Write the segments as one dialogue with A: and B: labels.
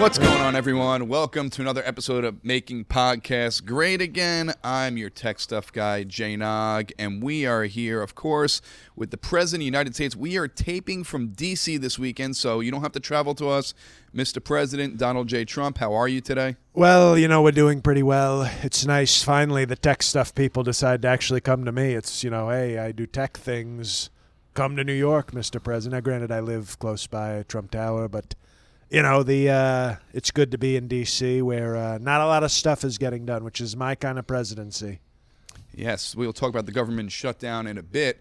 A: What's going on, everyone? Welcome to another episode of Making Podcasts Great Again. I'm your tech stuff guy, Jay Nog, and we are here, of course, with the President of the United States. We are taping from D.C. this weekend, so you don't have to travel to us. Mr. President Donald J. Trump, how are you today?
B: Well, you know, we're doing pretty well. It's nice. Finally, the tech stuff people decide to actually come to me. It's, you know, hey, I do tech things. Come to New York, Mr. President. Now, granted, I live close by Trump Tower, but, you know, the uh, it's good to be in D.C. where uh, not a lot of stuff is getting done, which is my kind of presidency.
A: Yes, we'll talk about the government shutdown in a bit.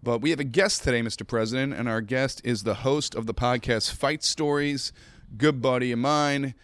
A: But we have a guest today, Mr. President, and our guest is the host of the podcast Fight Stories, good buddy of mine,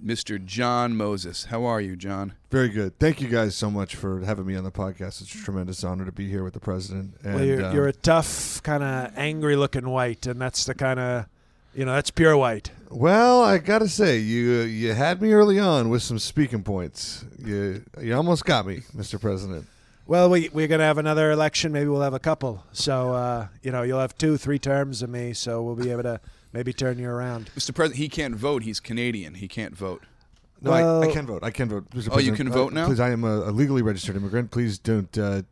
A: Mr. John Moses. How are you, John?
C: Very good. Thank you guys so much for having me on the podcast. It's a tremendous honor to be here with the president. And,
B: Well, you're,
C: uh,
B: you're a tough, kind of angry looking white, and that's the kind of, you know, that's pure white.
C: well, I gotta say, you you had me early on with some speaking points. You you almost got me, Mr. President.
B: Well, we, we're going to have another election. Maybe we'll have a couple. So, uh, you know, you'll have two, three terms of me. So we'll be able to maybe turn you around.
A: Mr. President, he can't vote. He's Canadian. He can't vote.
C: No, I,
B: Well-
C: I can vote. I can vote. Mr.
A: Oh, you
C: President.
A: can
C: Uh,
A: vote now?
C: Please, I am a, a legally registered immigrant. Please don't. Uh,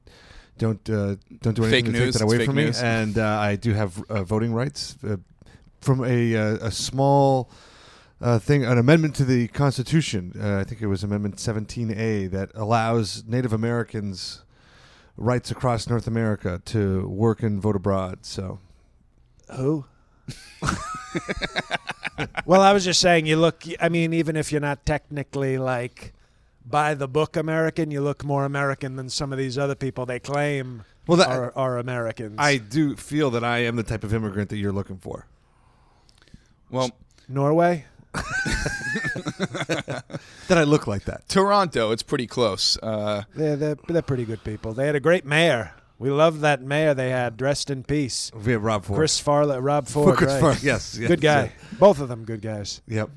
C: don't uh, don't do anything
A: Fake
C: to
A: news.
C: take
A: It's
C: that away
A: fake
C: from
A: news.
C: me. And uh, I do have uh, voting rights uh, from a uh, a small uh, thing, an amendment to the Constitution. Uh, I think it was Amendment 17A that allows Native Americans rights across North America to work and vote abroad. So
B: Who? well, I was just saying, you look, I mean, even if you're not technically like by the book American, you look more American than some of these other people they claim
C: Well, that-
B: are, are Americans.
C: I do feel that I am the type of immigrant that you're looking for.
A: Well,
B: Norway?
C: That I look like that.
A: Toronto, it's pretty close. Uh,
B: They're, they're, they're pretty good people. They had a great mayor. We loved that mayor they had, dressed in peace.
C: We have Rob Ford.
B: Chris Farley, Rob Ford.
C: Chris
B: right.
C: Farley, yes, yes,
B: good guy.
C: yeah.
B: Both of them good guys.
C: Yep.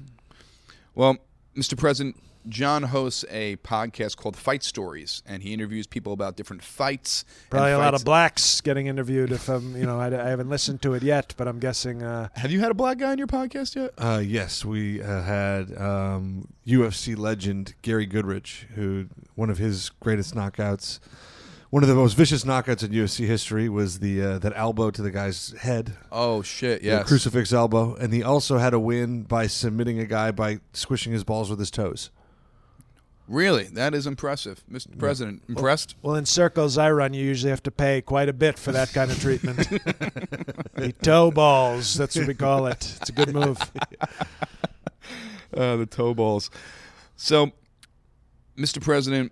A: well, Mr. President, John hosts a podcast called Fight Stories, and he interviews people about different fights. and
B: Probably a lot
A: fights-
B: of blacks getting interviewed. If I'm, you know, I, I haven't listened to it yet, but I'm guessing. Uh,
A: Have you had a black guy on your podcast yet?
C: Uh, yes, we uh, had um, UFC legend Gary Goodrich, who one of his greatest knockouts, one of the most vicious knockouts in UFC history was the uh, that elbow to the guy's head,
A: Oh shit!
C: the
A: Yes.
C: crucifix elbow, and he also had a win by submitting a guy by squishing his balls with his toes.
A: Really, that is impressive, Mr. President. Impressed?
B: well, in circles I run, you usually have to pay quite a bit for that kind of treatment. the toe balls. That's what we call it. It's a good move.
A: Uh, the toe balls. So, Mr. President,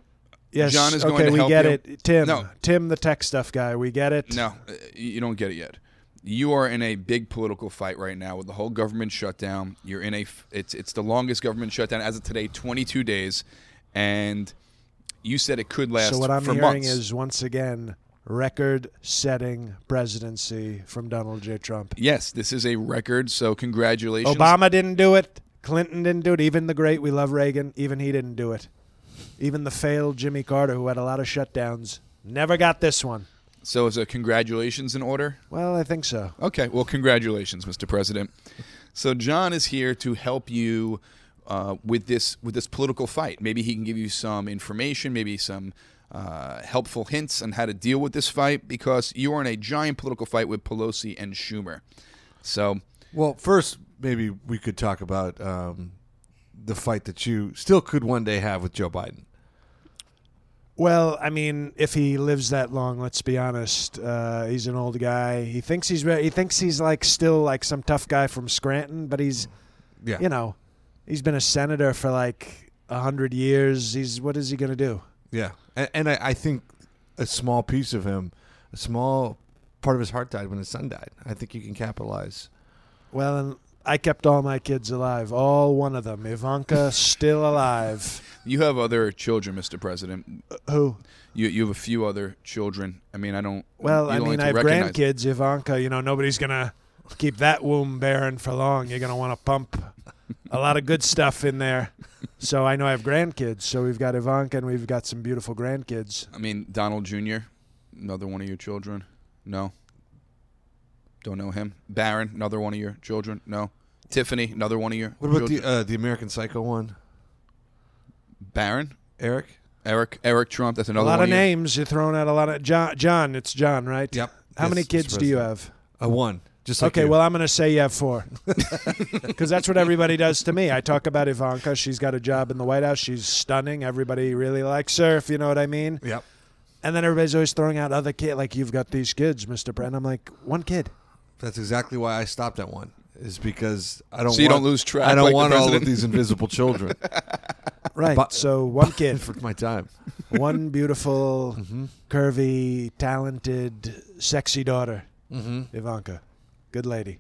B: Yes.
A: John is
B: okay,
A: going to
B: we
A: help
B: get
A: you.
B: it. Tim.
A: No.
B: Tim, the tech stuff guy. We get it.
A: no, uh, you don't get it yet. You are in a big political fight right now with the whole government shutdown. You're in a f- it's it's the longest government shutdown as of today, 22 days, and you said it could last.
B: So what I'm
A: for
B: hearing
A: months.
B: is once again record-setting presidency from Donald J. Trump.
A: yes, this is a record. So congratulations,
B: Obama didn't do it. Clinton didn't do it. Even the great, we love Reagan. Even he didn't do it. Even the failed Jimmy Carter, who had a lot of shutdowns, never got this one.
A: So is a congratulations in order?
B: Well, I think so.
A: Okay. Well, congratulations, Mr. President. So John is here to help you uh, with this with this political fight. Maybe he can give you some information, maybe some uh, helpful hints on how to deal with this fight because you are in a giant political fight with Pelosi and Schumer. So
C: Well, first, maybe we could talk about um, the fight that you still could one day have with Joe Biden.
B: Well, I mean, if he lives that long, let's be honest, uh, he's an old guy. He thinks he's re- he thinks he's like still like some tough guy from Scranton, but he's
C: Yeah.
B: you know, he's been a senator for like a hundred years. He's what is he gonna do?
C: Yeah, and, and I, I think a small piece of him, a small part of his heart died when his son died. I think you can capitalize.
B: Well, and I kept all my kids alive, all one of them. Ivanka still alive.
A: You have other children, Mr. President.
B: Who?
A: You you have a few other children. I mean, I don't.
B: Well,
A: you
B: I
A: don't like
B: mean,
A: to
B: I have
A: recognize-
B: grandkids. Ivanka, you know, nobody's gonna keep that womb barren for long. You're gonna want to pump a lot of good stuff in there. So I know I have grandkids. So we've got Ivanka, and we've got some beautiful grandkids.
A: I mean, Donald Jr., another one of your children. No. Don't know him. Barron, another one of your children. No. Tiffany, another one of your
C: What about
A: children.
C: the uh, the American Psycho one,
A: Barron?
C: Eric?
A: Eric Eric Trump, that's
B: uh, A
A: another
B: lot
A: one
B: of
A: of your-
B: names. You're throwing out a lot of John. John, it's John, right?
C: Yep.
B: How
C: Yes,
B: many
C: it's
B: kids do you
C: president.
B: have?
C: A one, just like
B: okay,
C: you.
B: well, I'm going to say you have four. Because that's what everybody does to me. I talk about Ivanka. She's got a job in the White House. She's stunning. Everybody really likes her, if you know what I mean.
C: yep.
B: And then everybody's always throwing out other kids, like, you've got these kids, Mr. Brent. I'm like, one kid.
C: That's exactly why I stopped at one. Is because I don't.
A: So you
C: want-
A: don't lose track
C: I don't
A: like the
C: want all of
A: president?
C: these invisible children
B: Right.
C: But-
B: so one kid,
C: for my time.
B: one beautiful,
A: Mm-hmm.
B: curvy, talented, sexy daughter,
A: Mm-hmm.
B: Ivanka. Good lady.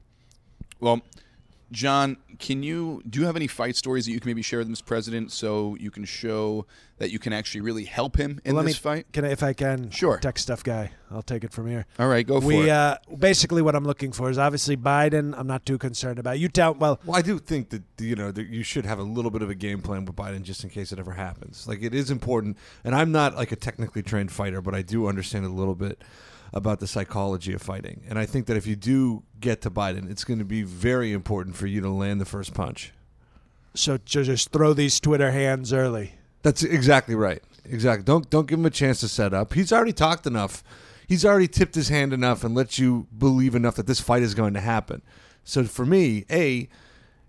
A: Well, John, can you do you have any fight stories that you can maybe share with Mr. President so you can show that you can actually really help him in
B: Let
A: this
B: me,
A: fight?
B: Can I, if I can,
A: Sure.
B: Tech stuff guy. I'll take it from here.
A: All right, go for
B: we
A: it.
B: uh, basically what I'm looking for is obviously Biden. I'm not too concerned about you. Tell well,
C: Well, I do think that you know that you should have a little bit of a game plan with Biden just in case it ever happens. Like it is important, and I'm not like a technically trained fighter, but I do understand a little bit about the psychology of fighting. And I think that if you do get to Biden, it's going to be very important for you to land the first punch.
B: so ju- just throw these Twitter hands early.
C: That's exactly right. Exactly. Don't don't give him a chance to set up. He's already talked enough. He's already tipped his hand enough and let you believe enough that this fight is going to happen. So for me, a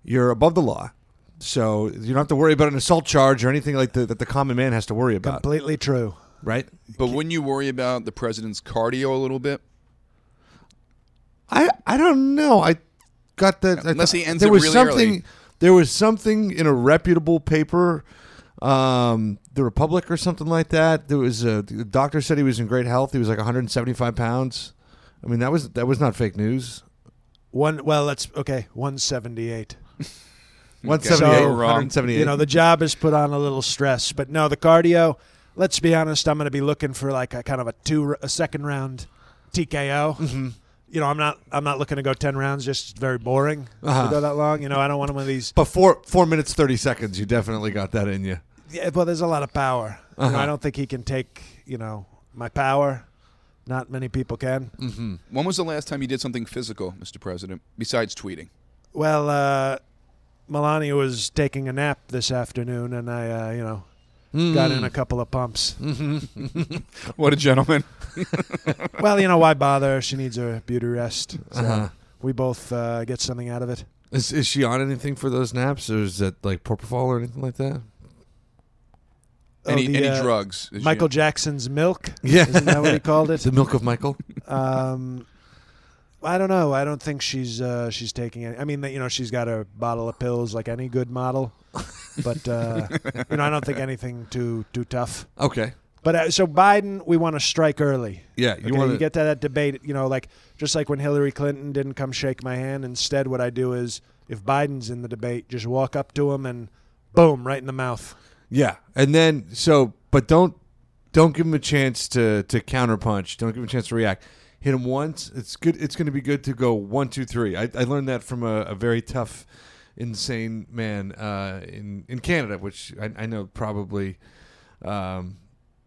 C: you're above the law. So you don't have to worry about an assault charge or anything like the, that the common man has to worry
A: Uh,
C: about,
B: Completely true.
C: right?
A: but wouldn't you worry about the president's cardio a little bit?
C: I I don't know. I got that. I
A: Unless
C: thought-
A: he ends
C: there
A: it
C: was
A: really
C: something.
A: early.
C: There was something in a reputable paper, um, the Republic or something like that. There was a the doctor said he was in great health. He was like 175 pounds. I mean, that was that was not fake news.
B: One well, let's okay. One seventy eight.
C: 178,
B: So-
C: 178.
B: You know, the job is put on a little stress, but no, the cardio. Let's be honest. I'm going to be looking for like a kind of a two a second round TKO.
A: Mm-hmm.
B: You know, I'm not I'm not looking to go ten rounds. Just very boring
C: Uh-huh.
B: to go that long. You know, I don't want one of these.
C: but four four minutes thirty seconds. You definitely got that in you.
B: Yeah, well, there's a lot of power. You know,
C: Uh-huh.
B: I don't think he can take, you know, my power. Not many people can.
C: Mm.
A: When was the last time you did something physical, Mr. President, besides tweeting?
B: Well, uh, Melania was taking a nap this afternoon, and I, uh, you know, got
C: Mm.
B: in a couple of pumps.
A: What a gentleman.
B: well, you know, why bother? She needs her beauty rest.
A: Mm.
B: So
C: Uh-huh.
B: we both uh, get something out of it.
C: Is, is she on anything for those naps, or is that like propofol or anything like that?
B: Oh,
A: any
B: the,
A: any
B: uh,
A: drugs? Is
B: Michael
A: she-
B: Jackson's milk.
C: Yeah.
B: Isn't that what he called it?
C: The milk of Michael.
B: Um, I don't know. I don't think she's uh, she's taking any. I mean, you know, she's got a bottle of pills like any good model, but uh, you know, I don't think anything too too tough.
C: Okay.
B: But uh, so Biden, we want to strike early.
C: Yeah. You
B: Okay, You,
C: want
B: get to that debate, you know, like just like when Hillary Clinton didn't come shake my hand. Instead, what I do is if Biden's in the debate, just walk up to him and boom, right in the mouth.
C: Yeah, and then so, but don't don't give him a chance to to counterpunch. Don't give him a chance to react. Hit him once. It's good. It's going to be good to go one, two, three. I, I learned that from a, a very tough, insane man uh, in in Canada, which I, I know probably. Um,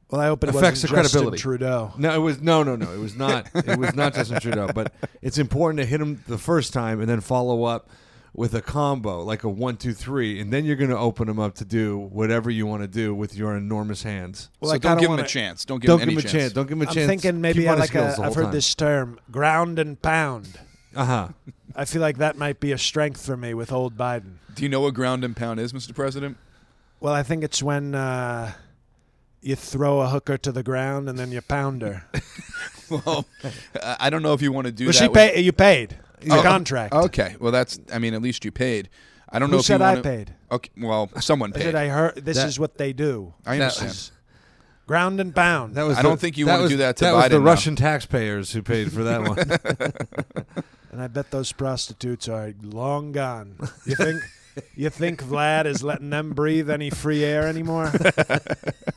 B: Well, I hope it
C: Affects
B: wasn't
C: the
B: Justin
C: credibility.
B: Trudeau.
C: no, it was no, no, no. It was not. it was not Justin Trudeau. But it's important to hit him the first time and then follow up with a combo like a one, two, three, and then you're going to open him up to do whatever you want to do with your enormous hands.
B: Well,
A: so
B: I
A: don't
B: kinda
A: give him
B: wanna-
A: a chance. Don't give
C: Don't
A: him
C: give
A: any
C: him a chance. Don't give him a
B: I'm
C: chance.
B: thinking maybe
C: Keep on
B: I
C: his
B: like
C: heels
B: a,
C: the
B: I've
C: whole
B: heard this term, ground and pound.
C: time. Uh-huh.
B: I feel like that might be a strength for me with old Biden.
A: Do you know what ground and pound is, Mr. President?
B: Well, I think it's when uh, you throw a hooker to the ground and then you pound her.
A: Well, I I don't know if you want to do
B: But
A: that.
B: she
A: with-
B: pay, you paid. Your
A: Oh,
B: contract.
A: Okay. Well, that's. I mean, at least you paid. I don't
B: Who
A: know if
B: said
A: you
B: I
A: wanna,
B: paid?
A: Okay. Well, someone
B: I said
A: paid.
B: I heard this
C: That-
B: is what they do.
A: I
C: That
A: understand.
C: was-
B: Ground and pound.
C: That was
A: I
C: the-
A: don't think you
C: that
A: wanna
C: was-
A: do that to
C: that was
A: Biden
C: the
A: now.
C: Russian taxpayers who paid for that one.
B: and I bet those prostitutes are long gone. You think you think Vlad is letting them breathe any free air anymore?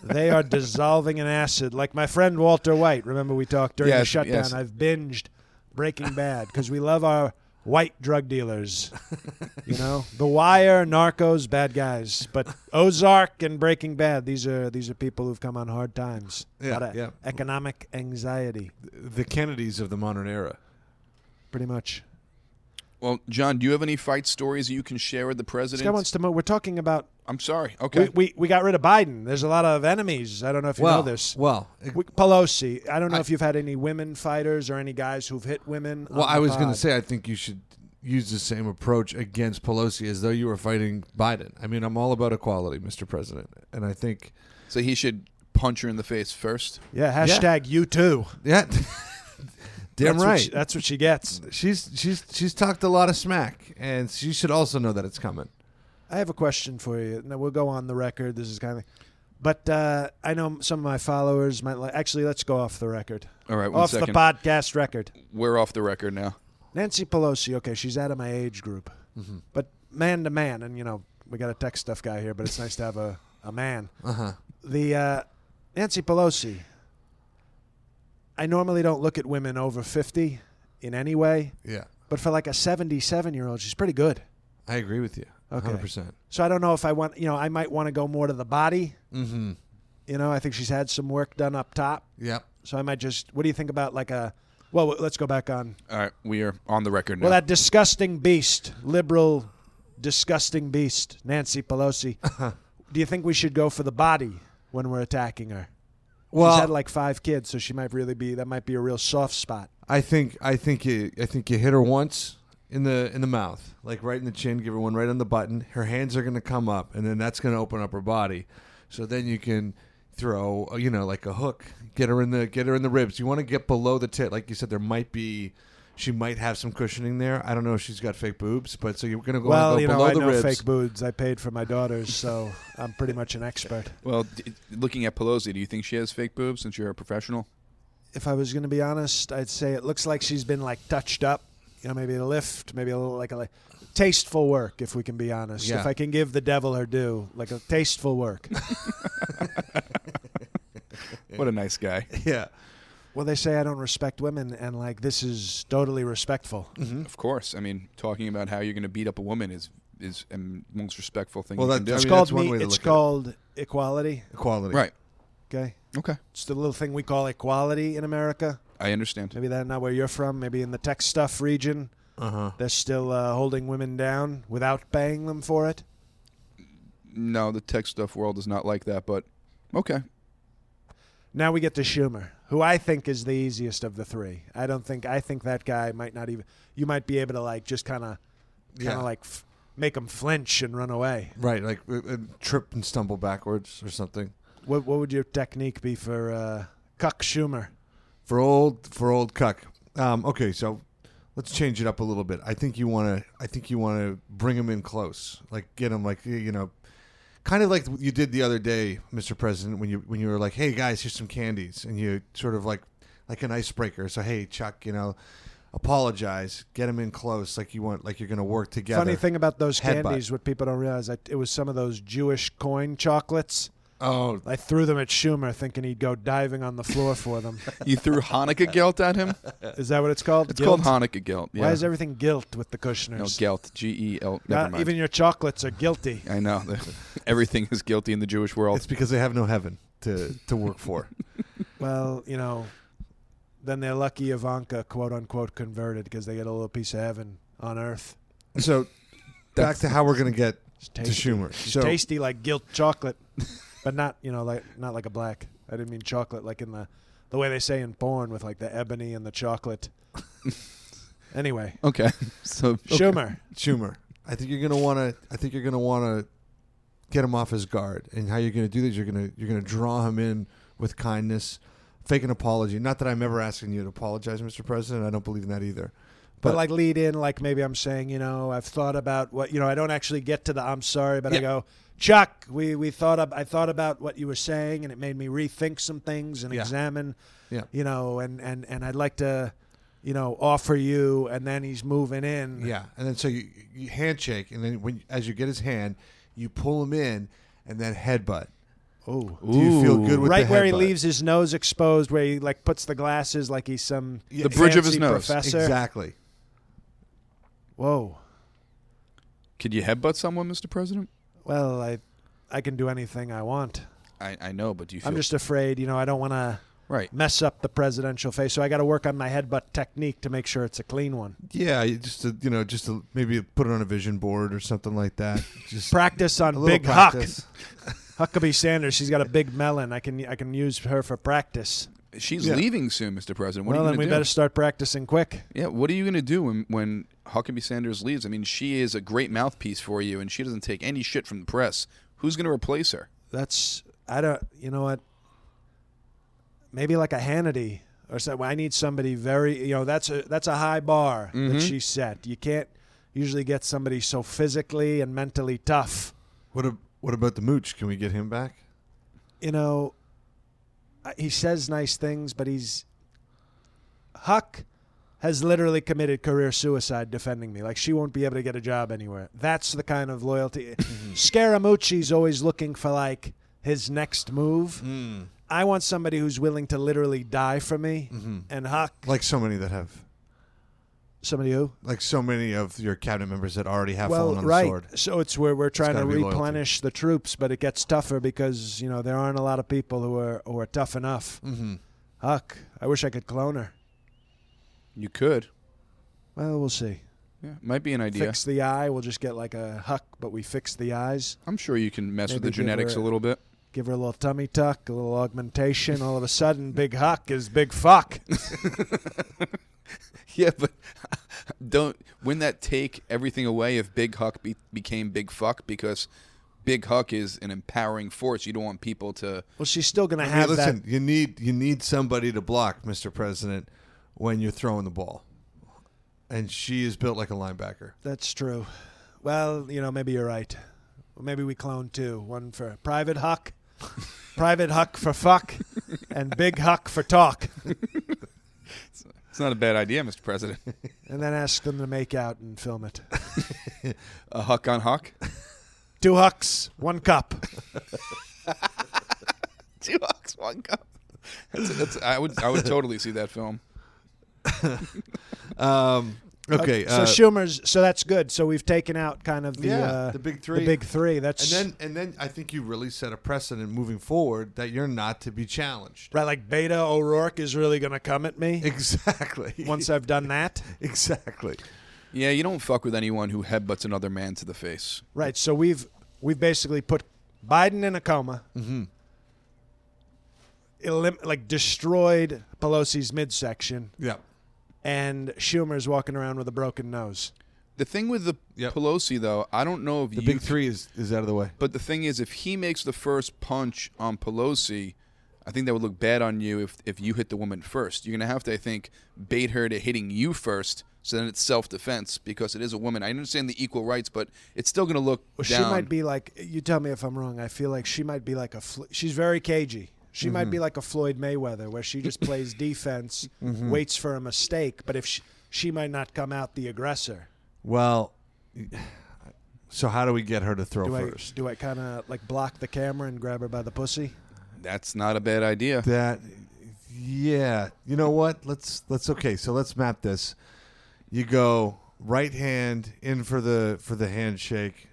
B: they are dissolving in acid. Like my friend Walter White, remember we talked during the
A: Yes,
B: shutdown.
A: yes.
B: I've binged Breaking Bad because we love our white drug dealers. You know, The Wire, Narcos, bad guys, but Ozark and Breaking Bad. These are these are people who've come on hard times.
C: Yeah,
B: Lot of
C: yeah.
B: Economic anxiety,
C: the Kennedys of the modern era.
B: pretty much.
A: Well, John, do you have any fight stories you can share with the
B: This guy
A: president?
B: wants to mo- We're talking about
A: I'm sorry. Okay.
B: We, we we got rid of Biden. There's a lot of enemies. I don't know if you know this.
C: well, it-
B: We- Pelosi. I don't know if you've had any women fighters or any guys who've hit women.
C: well,
B: on
C: I
B: the
C: was going
B: pod.
C: to say I think you should use the same approach against Pelosi as though you were fighting Biden. I mean, I'm all about equality, Mr. President, and I think
A: so he should punch her in the face first.
B: Yeah. Hashtag you too.
C: yeah, damn
B: That's
C: right.
B: What she, that's what she gets.
C: she's she's she's talked a lot of smack, and she should also know that it's coming.
B: I have a question for you. Now we'll go on the record. This is kind of. But uh, I know some of my followers might like. Actually, let's go off the record.
A: All right, one
B: off
A: second.
B: the podcast record.
A: We're off the record now.
B: Nancy Pelosi, okay, she's out of my age group,
C: Mm-hmm.
B: but man to man, and you know we got a tech stuff guy here, but it's nice to have a a man.
C: Uh-huh.
B: The uh, Nancy Pelosi. I normally don't look at women over fifty in any way,
C: Yeah,
B: but for like a seventy-seven year old, she's pretty good.
C: I agree with you.
B: Okay.
C: 100%.
B: So I don't know if I want, you know, I might want to go more to the body.
C: Mm-hmm.
B: You know, I think she's had some work done up top,
C: Yep.
B: so I might just. What do you think about like a? Well, let's go back on
A: All right, we are on the record now.
B: Well, that disgusting beast, liberal, disgusting beast, Nancy Pelosi. Do you think we should go for the body when we're attacking her? She's had like five kids, so she might really be. That might be a real soft spot.
C: I think I think you I think you hit her once in the in the mouth, like right in the chin. Give her one right on the button. Her hands are going to come up, and then that's going to open up her body. So then you can throw, uh, you know, like a hook. Get her in the get her in the ribs. You want to get below the tit, like you said. There might be. She might have some cushioning there. I don't know if she's got fake boobs, but so you're going to go,
B: well,
C: go
B: you
C: below
B: know, I
C: the
B: know
C: ribs.
B: fake boobs. I paid for my daughters, so I'm pretty much an expert.
A: Well, d- looking at Pelosi, do you think she has fake boobs since you're a professional?
B: If I was going to be honest, I'd say it looks like she's been like touched up. You know, maybe a lift, maybe a little like a like, tasteful work. If we can be honest,
C: Yeah.
B: if I can give the devil her due, like a tasteful work.
A: What a nice guy.
C: Yeah.
B: Well, they say I don't respect women, and like this is totally respectful.
C: Mm-hmm.
A: Of course. I mean, talking about how you're going to beat up a woman is is the most respectful thing
C: Well,
A: you
C: that-
A: can do.
C: I
B: It's
C: mean,
B: called
C: that's one
B: me,
C: way to
B: it's
C: look at it.
B: called equality.
C: Equality.
A: right.
B: Okay,
A: Okay.
B: it's the little thing we call equality in America.
A: I understand.
B: Maybe that's not where you're from. Maybe in the tech stuff region,
C: Uh huh.
B: they're still uh, holding women down without paying them for it.
A: No, the tech stuff world is not like that, but okay.
B: Now we get to Schumer, who I think is the easiest of the three. I don't think I think that guy might not even. You might be able to like just kind of, kind of
C: Yeah.
B: like f- make him flinch and run away.
C: Right. Like uh, uh, trip and stumble backwards or something.
B: What what would your technique be for uh, Cuck Schumer?
C: for old for old cuck. Um, okay, so let's change it up a little bit. I think you want to. I think you want to bring him in close, like get him, like you know, kind of like you did the other day, Mr. President, when you when you were like, "Hey guys, here's some candies," and you sort of like like an icebreaker. So hey, Chuck, you know, apologize, get him in close, like you want, like you're going to work together.
B: Funny thing about those
C: Headbutt.
B: candies, what people don't realize, I, it was some of those Jewish coin chocolates.
C: Oh,
B: I threw them at Schumer, thinking he'd go diving on the floor for them.
A: You threw Hanukkah guilt at him?
B: Is that what it's called?
A: It's
B: Guilt?
A: called Hanukkah guilt. Yeah.
B: Why is everything guilt with the
A: no,
B: Kushners?
A: guilt. G E L.
B: Not-
A: Never mind.
B: Even your chocolates are guilty.
A: I know. Everything is guilty in the Jewish
B: oh.
A: world.
C: it's because they have no heaven to to work for.
B: Well, you know, then they're lucky Ivanka, quote unquote, converted because they get a little piece of heaven on earth.
C: so back to how we're going to get
B: It's
C: to
B: tasty.
C: Schumer.
B: It's
C: So
B: tasty like guilt chocolate, but not you know like not like a black. I didn't mean chocolate like in the the way they say in porn with like the ebony and the chocolate. anyway,
A: Okay. So
B: Schumer,
C: Schumer. I think you're gonna want to. I think you're gonna want to get him off his guard. And how you're going to do this? You're going to you're going to draw him in with kindness, fake an apology. Not that I'm ever asking you to apologize, Mr. President. I don't believe in that either.
B: But, like lead in, like maybe I'm saying, you know, I've thought about what you know. I don't actually get to the I'm sorry, but I
A: Yeah.
B: go, Chuck, we we thought ab- I thought about what you were saying, and it made me rethink some things and
A: Yeah.
B: examine,
C: Yeah.
B: you know, and and and I'd like to, you know, offer you, and then he's moving in,
C: Yeah, and then so you, you handshake, and then when as you get his hand, you pull him in, and then headbutt.
B: oh.
C: Do you feel
A: Ooh.
C: good with
B: Right
C: the
B: where he
C: headbutt?
B: leaves his nose exposed, where he like puts the glasses like he's some
A: The bridge of his
B: fancy
A: nose.
B: Professor.
C: Exactly.
B: Whoa.
A: Could you headbutt someone, Mr. President?
B: Well, I I can do anything I want.
A: I, I know, but do you feel
B: I'm just afraid, you know, I don't want to
A: right?
B: mess up the presidential face, so I got to work on my headbutt technique to make sure it's a clean one.
C: Yeah, you just to, you know, just to maybe put it on a vision board or something like that. Just
B: Practice
C: a
B: on
C: little
B: Big
C: practice.
B: Huck, Huckabee Sanders. She's got a big melon. I can I can use her for practice.
A: She's
C: Yeah.
A: leaving soon, Mr. President. What
B: well,
A: are
B: then
A: you
B: we
A: going to do?
B: better start practicing quick.
A: yeah, what are you going to do when when Huckabee Sanders leaves? I mean, she is a great mouthpiece for you, and she doesn't take any shit from the press. Who's going to replace her?
B: That's I don't. You know what? Maybe like a Hannity or something. I need somebody very. You know, that's a that's a high bar that she set. You can't usually get somebody so physically and mentally tough.
C: What a, what about the mooch? Can we get him back?
B: you know, I- he says nice things, but he's Huck has literally committed career suicide defending me. Like she won't be able to get a job anywhere. That's the kind of loyalty. Scaramucci's always looking for like his next move. I want somebody who's willing to literally die for me. And Huck,
C: Like so many that have,
B: somebody who
C: like so many of your cabinet members that already have
B: well,
C: fallen on
B: right.
C: the sword.
B: So it's where we're trying to
C: gotta be loyalty.
B: replenish the troops, but it gets tougher because you know there aren't a lot of people who are who are tough enough. Mm-hmm. Huck, I wish I could clone her.
A: You could.
B: Well, we'll see.
A: Yeah, might be an idea.
B: Fix the eye. We'll just get like a Huck, but we fix the eyes.
A: I'm sure you can mess with
B: Maybe
A: the
B: give
A: genetics
B: her-
A: a little bit.
B: Give her a little tummy tuck, a little augmentation. All of a sudden, Big Huck is Big Fuck.
A: Yeah, but don't wouldn't that take everything away if Big Huck be, became Big Fuck because Big Huck is an empowering force. You don't want people to.
B: Well, she's still gonna
C: I mean,
B: have
C: listen, you need you need somebody to block, Mr. President, when you're throwing the ball. And she is built like a linebacker.
B: that. That's true. Well, you know, maybe you're right. Well, maybe we clone two. One for Private Huck, Private Huck for fuck, and Big Huck for talk.
A: It's not a bad idea, Mr. President.
B: And then ask them to make out and film it.
A: a Huck on Huck.
B: Two Hucks, one cup. Uh,
A: Two Hucks, one cup. That's, that's, I would I would totally see that film.
C: Um, okay,
B: So
C: uh,
B: Schumer's. So that's good. So we've taken out kind of the
C: Yeah,
B: uh,
C: the big three.
B: The big three. That's
C: and then and then I think you really set a precedent moving forward that you're not to be challenged.
B: right. Like Beta O'Rourke is really going to come at me
C: Exactly.
B: once I've done that.
C: exactly.
A: Yeah, you don't fuck with anyone who headbutts another man to the face.
B: Right. So we've we've basically put Biden in a coma. Elim- like destroyed Pelosi's midsection,
C: Yeah.
B: and Schumer's walking around with a broken nose.
A: The thing with the
C: Yep.
A: Pelosi though, I don't know if
C: The
A: you
C: big three is is out of the way.
A: But the thing is, if he makes the first punch on Pelosi, I think that would look bad on you if, if you hit the woman first. You're going to have to, I think, bait her to hitting you first. So then it's self defense because it is a woman. I understand the equal rights, but it's still going to look
B: Well,
A: down.
B: she might be like. You tell me if I'm wrong. I feel like she might be like a. Flo- she's very cagey. She might be like a Floyd Mayweather, where she just plays defense, waits for a mistake. But if she, she might not come out the aggressor,
C: Well, so how do we get her to throw
B: do I
C: first?
B: do I kind of like block the camera and grab her by the pussy?
A: That's not a bad idea.
C: That yeah. You know what? Let's let's okay, so let's map this. You go right hand in for the for the handshake.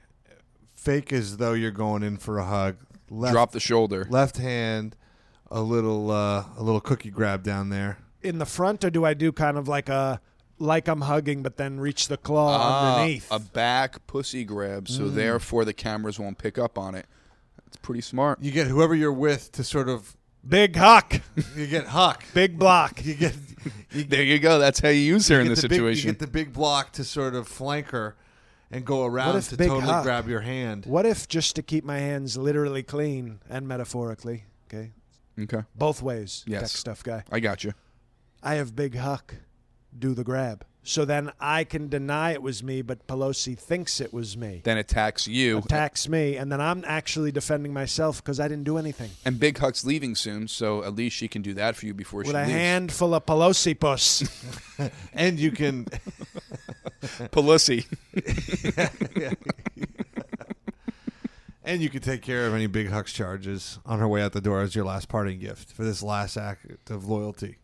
C: Fake as though you're going in for a hug. Left,
A: Drop the shoulder.
C: left hand a little uh, a little cookie grab down there.
B: In the front, or do I do kind of like a like I'm hugging, but then reach the claw
A: Ah,
B: underneath? Mm.
A: a back pussy grab, so therefore the cameras won't pick up on it. That's pretty smart.
C: You get whoever you're with to sort of
B: big huck,
C: you get huck.
B: big block.
C: You get you
A: There you go. That's how you use her in
C: get
A: this
C: the big-
A: situation.
C: you get the big block to sort of flank her, and go around
B: if
C: to
B: Big
C: totally
B: Hop-
C: grab your hand.
B: What if just to keep my hands literally clean and metaphorically? Okay,
A: Okay.
B: both ways.
A: Yes.
B: Tech stuff guy.
A: I got you.
B: I have Big Huck do the grab. So then I can deny it was me, but Pelosi thinks it was me.
A: Then attacks you.
B: Attacks me, and then I'm actually defending myself because I didn't do anything.
A: and Big Huck's leaving soon, so at least she can do that for you before
B: With
A: she
B: a
A: leaves.
B: handful of Pelosi puss.
C: And you can.
A: Pelosi.
C: And you can take care of any big Huck's charges on her way out the door as your last parting gift for this last act of loyalty.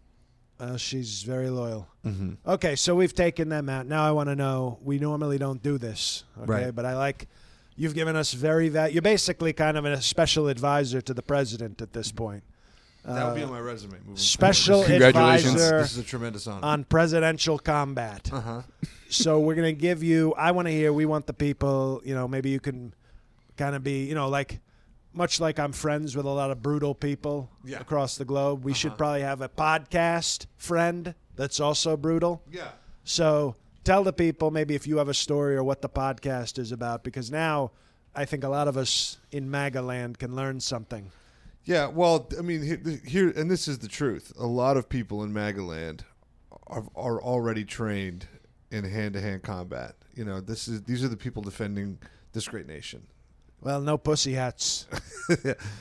B: Uh, she's very loyal.
C: Mm-hmm.
B: Okay, so we've taken them out. Now I want to know. We normally don't do this, okay?
C: Right.
B: But I like you've given us very va- You're basically kind of a special advisor to the president at this point.
C: that would be on my resume. Moving
B: Special
C: forward.
A: Congratulations.
B: advisor
C: This is a tremendous honor.
B: on presidential combat.
C: uh-huh.
B: so we're gonna give you. I want to hear. We want the people. You know, maybe you can kind of be. You know, like much like I'm friends with a lot of brutal people
C: Yeah. Uh-huh.
B: across the globe. We should probably have a podcast friend that's also brutal.
C: Yeah.
B: So tell the people maybe if you have a story or what the podcast is about, because now I think a lot of us in MAGA land can learn something.
C: Yeah, well, I mean, he- here and this is the truth. A lot of people in Magaland are, are already trained in hand-to-hand combat. You know, this is these are the people defending this great nation.
B: Well, no pussy hats,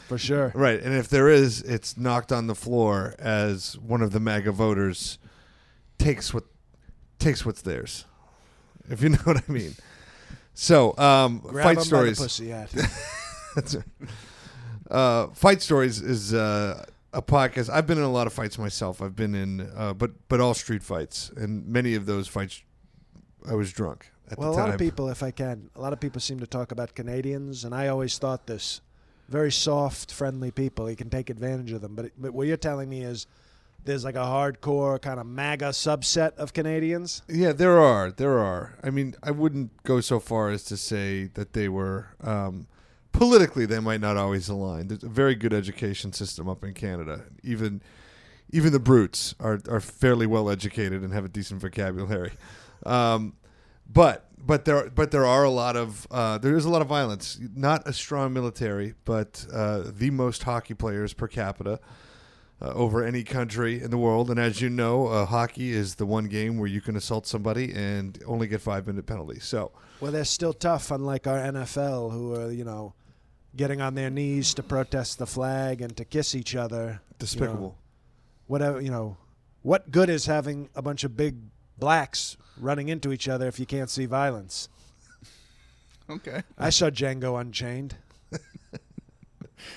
B: for sure.
C: Right, and if there is, it's knocked on the floor as one of the MAGA voters takes what takes what's theirs. If you know what I mean. So, um,
B: Grab 'em
C: fight
B: by the
C: stories.
B: pussy hat.
C: That's right. Uh, fight stories is uh, a podcast. I've been in a lot of fights myself. I've been in, uh, but but all street fights, and many of those fights, I was drunk at
B: Well, a
C: the time.
B: lot of people, if I can, a lot of people seem to talk about Canadians, and I always thought this very soft, friendly people. You can take advantage of them. But, but what you're telling me is there's like a hardcore kind of MAGA subset of Canadians.
C: Yeah, there are. There are. I mean, I wouldn't go so far as to say that they were um, politically. They might not always align. There's a very good education system up in Canada. Even even the brutes are are fairly well educated and have a decent vocabulary. Um, but but there but there are a lot of uh, there is a lot of violence. Not a strong military, but uh, the most hockey players per capita uh, over any country in the world. And as you know, uh, hockey is the one game where you can assault somebody and only get five minute penalties. So
B: Well, they're still tough, unlike our NFL, who are, you know, getting on their knees to protest the flag and to kiss each other. you know.
C: despicable.
B: whatever, you know, what good is having a bunch of big blacks running into each other if you can't see violence?
A: okay.
B: I saw Django Unchained.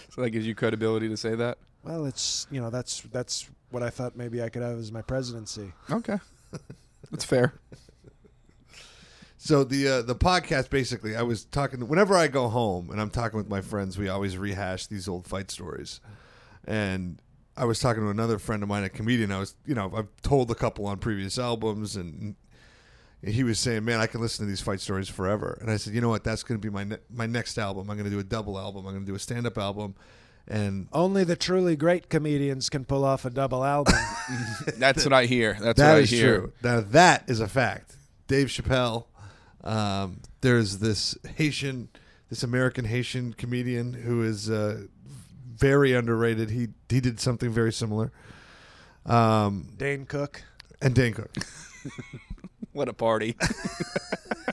A: So that gives you credibility to say that?
B: Well, it's you know that's that's what I thought maybe I could have as my presidency.
A: Okay. That's fair.
C: So the uh, the podcast basically, I was talking. Whenever I go home and I'm talking with my friends, we always rehash these old fight stories. And I was talking to another friend of mine, a comedian. I was, you know, I've told a couple on previous albums, and he was saying, "Man, I can listen to these fight stories forever." And I said, "You know what? That's going to be my ne- my next album. I'm going to do a double album. I'm going to do a stand up album." And
B: Only the truly great comedians can pull off a double album.
A: That's what I hear. That's
C: That
A: what I
C: is
A: hear.
C: true. Now that is a fact. Dave Chappelle. Um, there's this Haitian, this American Haitian comedian who is uh, very underrated. He he did something very similar. Um,
B: Dane Cook.
C: and Dan Cook.
A: What a party.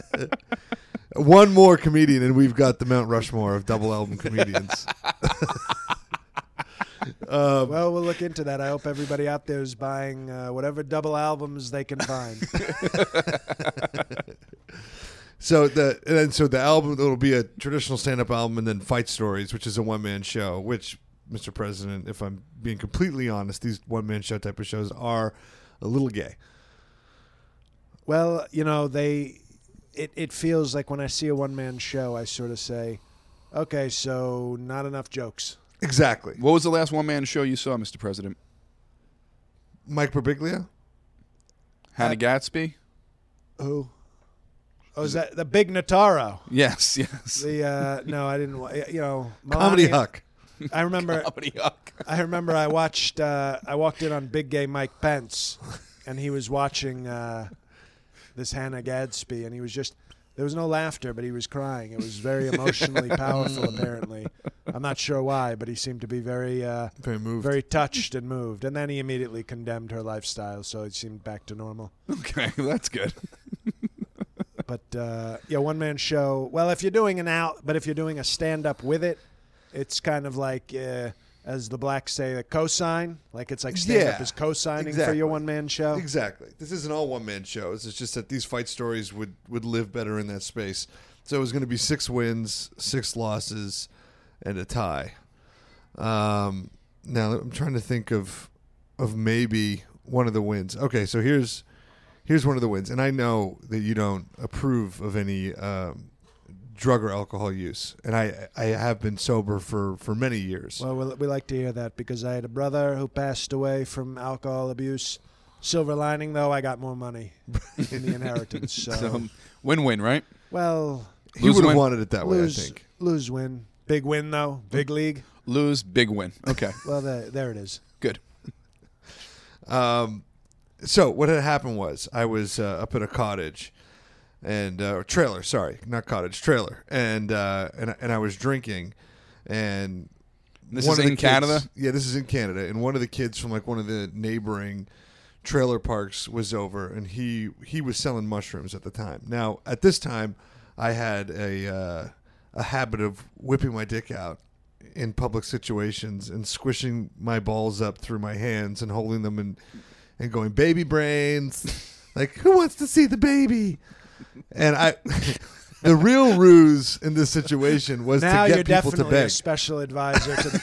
C: One more comedian, and we've got the Mount Rushmore of double album comedians.
B: Well, we'll look into that. I hope everybody out there is buying uh, whatever double albums they can find.
C: So the and then so the album it'll be a traditional stand up album and then Fight Stories, which is a one man show, which Mr. President, if I'm being completely honest, these one man show type of shows are a little gay.
B: well, you know they. It it feels like when I see a one man show, I sort of say, okay, so not enough jokes.
C: Exactly.
A: What was the last one man show you saw, Mr. President?
C: Mike Birbiglia? Uh,
A: Hannah Gatsby?
B: Who? Oh, is that the Big Notaro?
A: Yes, yes.
B: The uh, no, I didn't. wa- You know,
C: Comedy
B: Melania-
C: Huck.
B: I remember.
A: Comedy Huck.
B: I remember I watched. Uh, I walked in on Big Gay Mike Pence, and he was watching uh, this Hannah Gadsby, and he was just. There was no laughter, but he was crying. It was very emotionally powerful,
C: Mm.
B: apparently. I'm not sure why, but he seemed to be very, uh,
C: Very moved.
B: very touched and moved. And then he immediately condemned her lifestyle, so it seemed back to normal.
A: Okay, that's good.
B: But uh, yeah, one man show. Well, if you're doing an out, but if you're doing a stand up with it, it's kind of like, uh, as the blacks say, a cosign. Like it's like stand up
C: Yeah,
B: is cosigning for
C: exactly.
B: your one man show.
C: Exactly. This isn't all one man shows. It's just that these fight stories would would live better in that space. So it was going to be six wins, six losses, and a tie. Um, now I'm trying to think of of maybe one of the wins. Okay, so here's here's one of the wins, and I know that you don't approve of any um, drug or alcohol use, and I I have been sober for for many years.
B: Well, we we like to hear that because I had a brother who passed away from alcohol abuse. Silver lining, though, I got more money in the inheritance. So,
A: Um, win-win, right?
B: well,
C: he
A: lose
C: would have
A: win-
C: wanted it that way, I
B: lose,
C: think.
B: lose, win, big win though, big league.
A: Lose, big win. Okay,
B: Well, there, there it is.
A: good.
C: Um, so what had happened was I was uh, up at a cottage and uh, or trailer, sorry, not cottage, trailer, and uh, and and I was drinking, and
A: This
C: one
A: is
C: of the
A: in
C: kids-
A: Canada?
C: Yeah, this is in Canada, and one of the kids from like one of the neighboring trailer parks was over, and he he was selling mushrooms at the time. Now at this time, I had a uh, a habit of whipping my dick out in public situations and squishing my balls up through my hands and holding them and and going baby brains, like who wants to see the baby? And I. The real ruse in this situation was
B: now
C: to
B: you're
C: get people to
B: definitely a
C: beg.
B: special advisor to the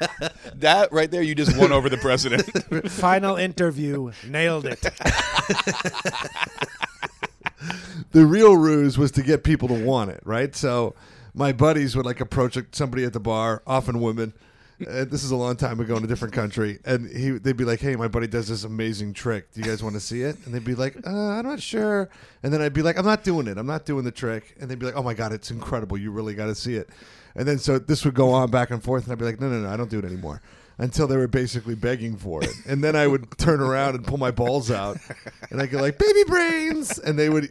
B: president.
A: That right there, you just won over the president.
B: Final interview, nailed it.
C: the real ruse was to get people to want it, right? So my buddies would like approach somebody at the bar, often women. Uh, this is a long time ago in a different country, and he they'd be like, "Hey, my buddy does this amazing trick. Do you guys want to see it?" And they'd be like, uh, "I'm not sure." And then I'd be like, "I'm not doing it. I'm not doing the trick." And they'd be like, "Oh my god, it's incredible. You really got to see it." And then so this would go on back and forth, and I'd be like, "No, no, no, I don't do it anymore." Until they were basically begging for it, and then I would turn around and pull my balls out, and I go like, "Baby brains," and they would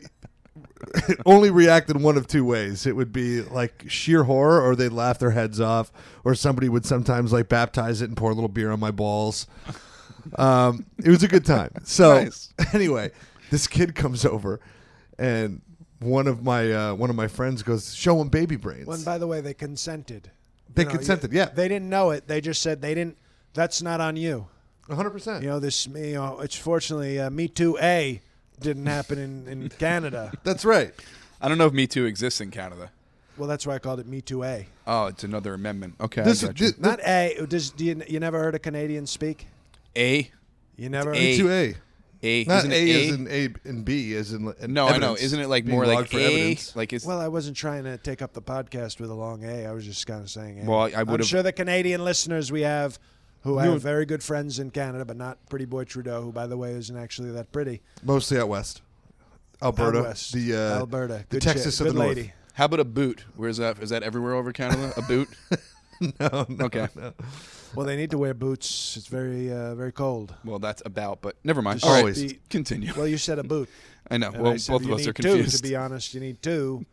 C: only react in one of two ways. It would be like sheer horror, or they'd laugh their heads off, or somebody would sometimes like baptize it and pour a little beer on my balls. Um, it was a good time. So
A: Nice.
C: anyway, this kid comes over, and one of my uh, one of my friends goes, "Show him baby brains."
B: Well, and by the way, they consented.
C: They
B: you-
C: consented, yeah.
B: They didn't know it. They just said they didn't. That's not on you.
C: 100. percent
B: You know this. You know, it's fortunately uh, Me Too A didn't happen in, in Canada.
C: That's right.
A: I don't know if Me Too exists in Canada.
B: Well, that's why I called it Me Too A.
A: Oh, it's another amendment. Okay,
C: This
A: I
C: is
A: got you.
C: this,
B: Not A. Does do you, you never heard a Canadian speak?
A: a
B: You never.
A: A.
C: two A.
A: a
C: Not
A: isn't
C: A,
A: it
C: is in A and B as in
A: no, I know. Isn't it like more like a like it's
B: Well, I wasn't trying to take up the podcast with a long A. I was just kind of saying. A.
A: Well, I
B: I'm
A: would've-
B: sure the Canadian listeners we have, who I have very good friends in Canada, but not Pretty Boy Trudeau, who by the way isn't actually that pretty.
C: mostly out west, Alberta,
B: Out west,
C: the uh,
B: Alberta,
C: the
B: Good
C: Texas
B: shit.
C: of
B: Good
C: the
B: lady.
C: north.
A: how about a boot? Where's that? Is that everywhere over Canada? A boot?
C: No, no,
A: Okay.
C: no.
B: Well, they need to wear boots. It's very uh, very cold.
A: Well, that's about. But never mind.
B: Just
A: All right,
C: Always.
B: the-
A: continue.
B: Well, you said a boot.
A: I know.
B: And
A: Well,
B: I said,
A: both of
B: "You
A: us are
B: need two,
A: confused.
B: to be honest, you need two,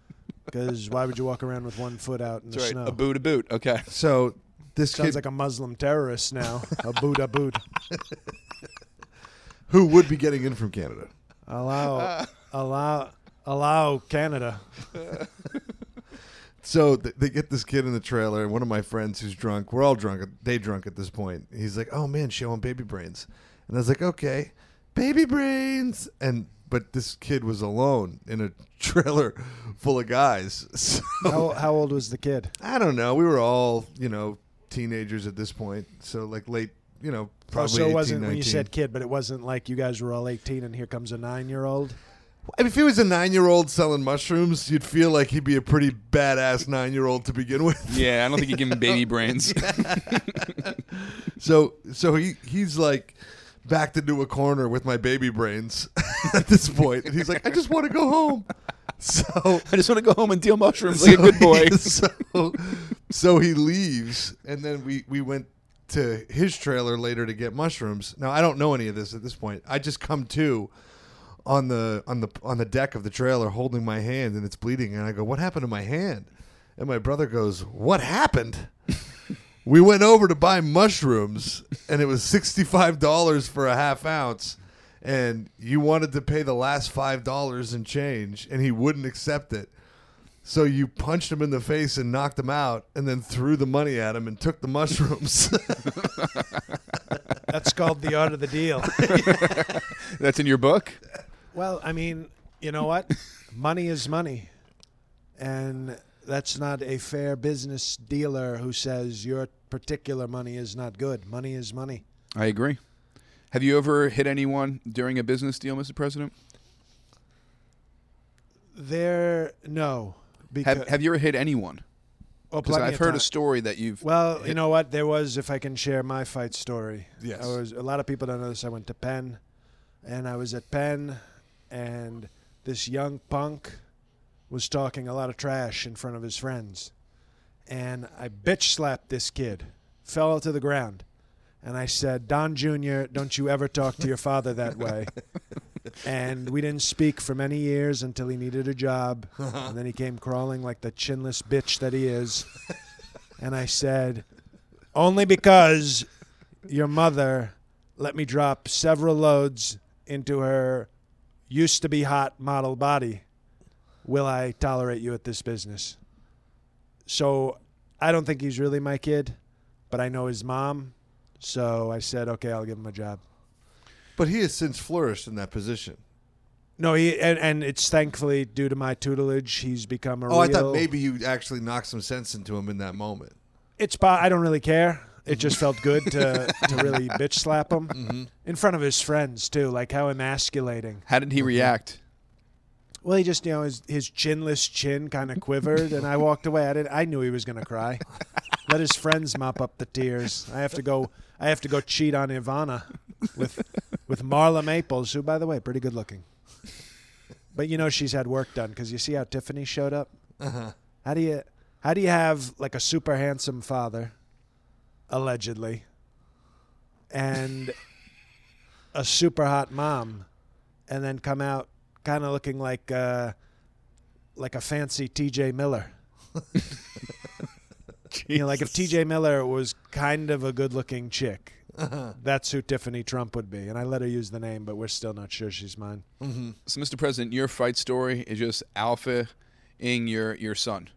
B: because why would you walk around with one foot out in
A: That's
B: the
A: right. A
B: snow?
A: boot, a boot. Okay.
C: So this
B: Sounds
C: kid,
B: like a Muslim terrorist now. a boot, a boot.
C: who would be getting in from Canada,
B: Allow, allow, allow Canada.
C: so th- they get this kid in the trailer, and one of my friends who's drunk, we're all drunk, they drunk at this point. He's like, "Oh man, show him baby brains," and I was like, "Okay, baby brains," and but this kid was alone in a trailer full of guys. So
B: How, how old was the kid? Oh,
C: I don't know. We were all you know teenagers at this point, so like late, you know,
B: Oh,
C: probably.
B: so it
C: 18,
B: wasn't when you
C: 19.
B: said kid, but it wasn't like you guys were all 18 and here comes a nine-year-old.
C: I mean, if he was a nine-year-old selling mushrooms, you'd feel like he'd be a pretty badass nine-year-old to begin with.
A: Yeah, I don't think you give him baby brains.
C: So, so he he's like backed into a corner with my baby brains at this point, and he's like, "I just want to go home." So,
A: I just want to go home and deal mushrooms like a good boy.
C: so, so he leaves, and then we we went to his trailer later to get mushrooms. Now I don't know any of this at this point. I just come to on the on the on the deck of the trailer holding my hand and it's bleeding and I go, "What happened to my hand?" And my brother goes, "What happened?" we went over to buy mushrooms and it was $65 for a half ounce and you wanted to pay the last $5 and change and he wouldn't accept it. So you punched him in the face and knocked him out and then threw the money at him and took the mushrooms.
B: That's called the art of the deal.
A: That's in your book.
B: Well, I mean, you know what? money is money. And that's not a fair business dealer who says your particular money is not good. Money is money.
A: I agree. Have you ever hit anyone during a business deal, Mr. President?
B: There, no. Because,
A: Have Have you ever hit anyone?
B: oh,
A: Because
B: plenty
A: I've
B: of
A: heard
B: time.
A: a story that you've.
B: Well, you know what? There was, if I can share my fight story.
C: Yes.
B: I was, a lot of people don't know this. I went to Penn, and I was at Penn, and this young punk was talking a lot of trash in front of his friends. And I bitch slapped this kid, fell to the ground. And I said, Don Jr., don't you ever talk to your father that way. and we didn't speak for many years until he needed a job. And then he came crawling like the chinless bitch that he is. And I said, only because your mother let me drop several loads into her used to be hot model body will I tolerate you at this business. So I don't think he's really my kid, but I know his mom. So I said, okay, I'll give him a job.
C: but he has since flourished in that position.
B: No, he and, and it's thankfully due to my tutelage he's become a
C: Oh, I
B: real.
C: thought maybe you actually knocked some sense into him in that moment.
B: it's po- I don't really care.
C: Mm-hmm.
B: It just felt good to to really bitch slap him in front of his friends too, like how emasculating.
A: How did he react?
B: Well, he just you know his his chinless chin kind of quivered, and I walked away. I didn't. I knew he was gonna cry. Let his friends mop up the tears. I have to go. I have to go cheat on Ivana with with Marla Maples, who by the way, pretty good looking. But you know she's had work done because you see how Tiffany showed up. How do you how do you have like a super handsome father, allegedly, and a super hot mom, and then come out kind of looking like uh, like a fancy T.J. Miller. You know, like if T.J. Miller was kind of a good-looking chick, that's who Tiffany Trump would be. And I let her use the name, but we're still not sure she's mine.
A: So, Mr. President, your fight story is just alpha ing your your son.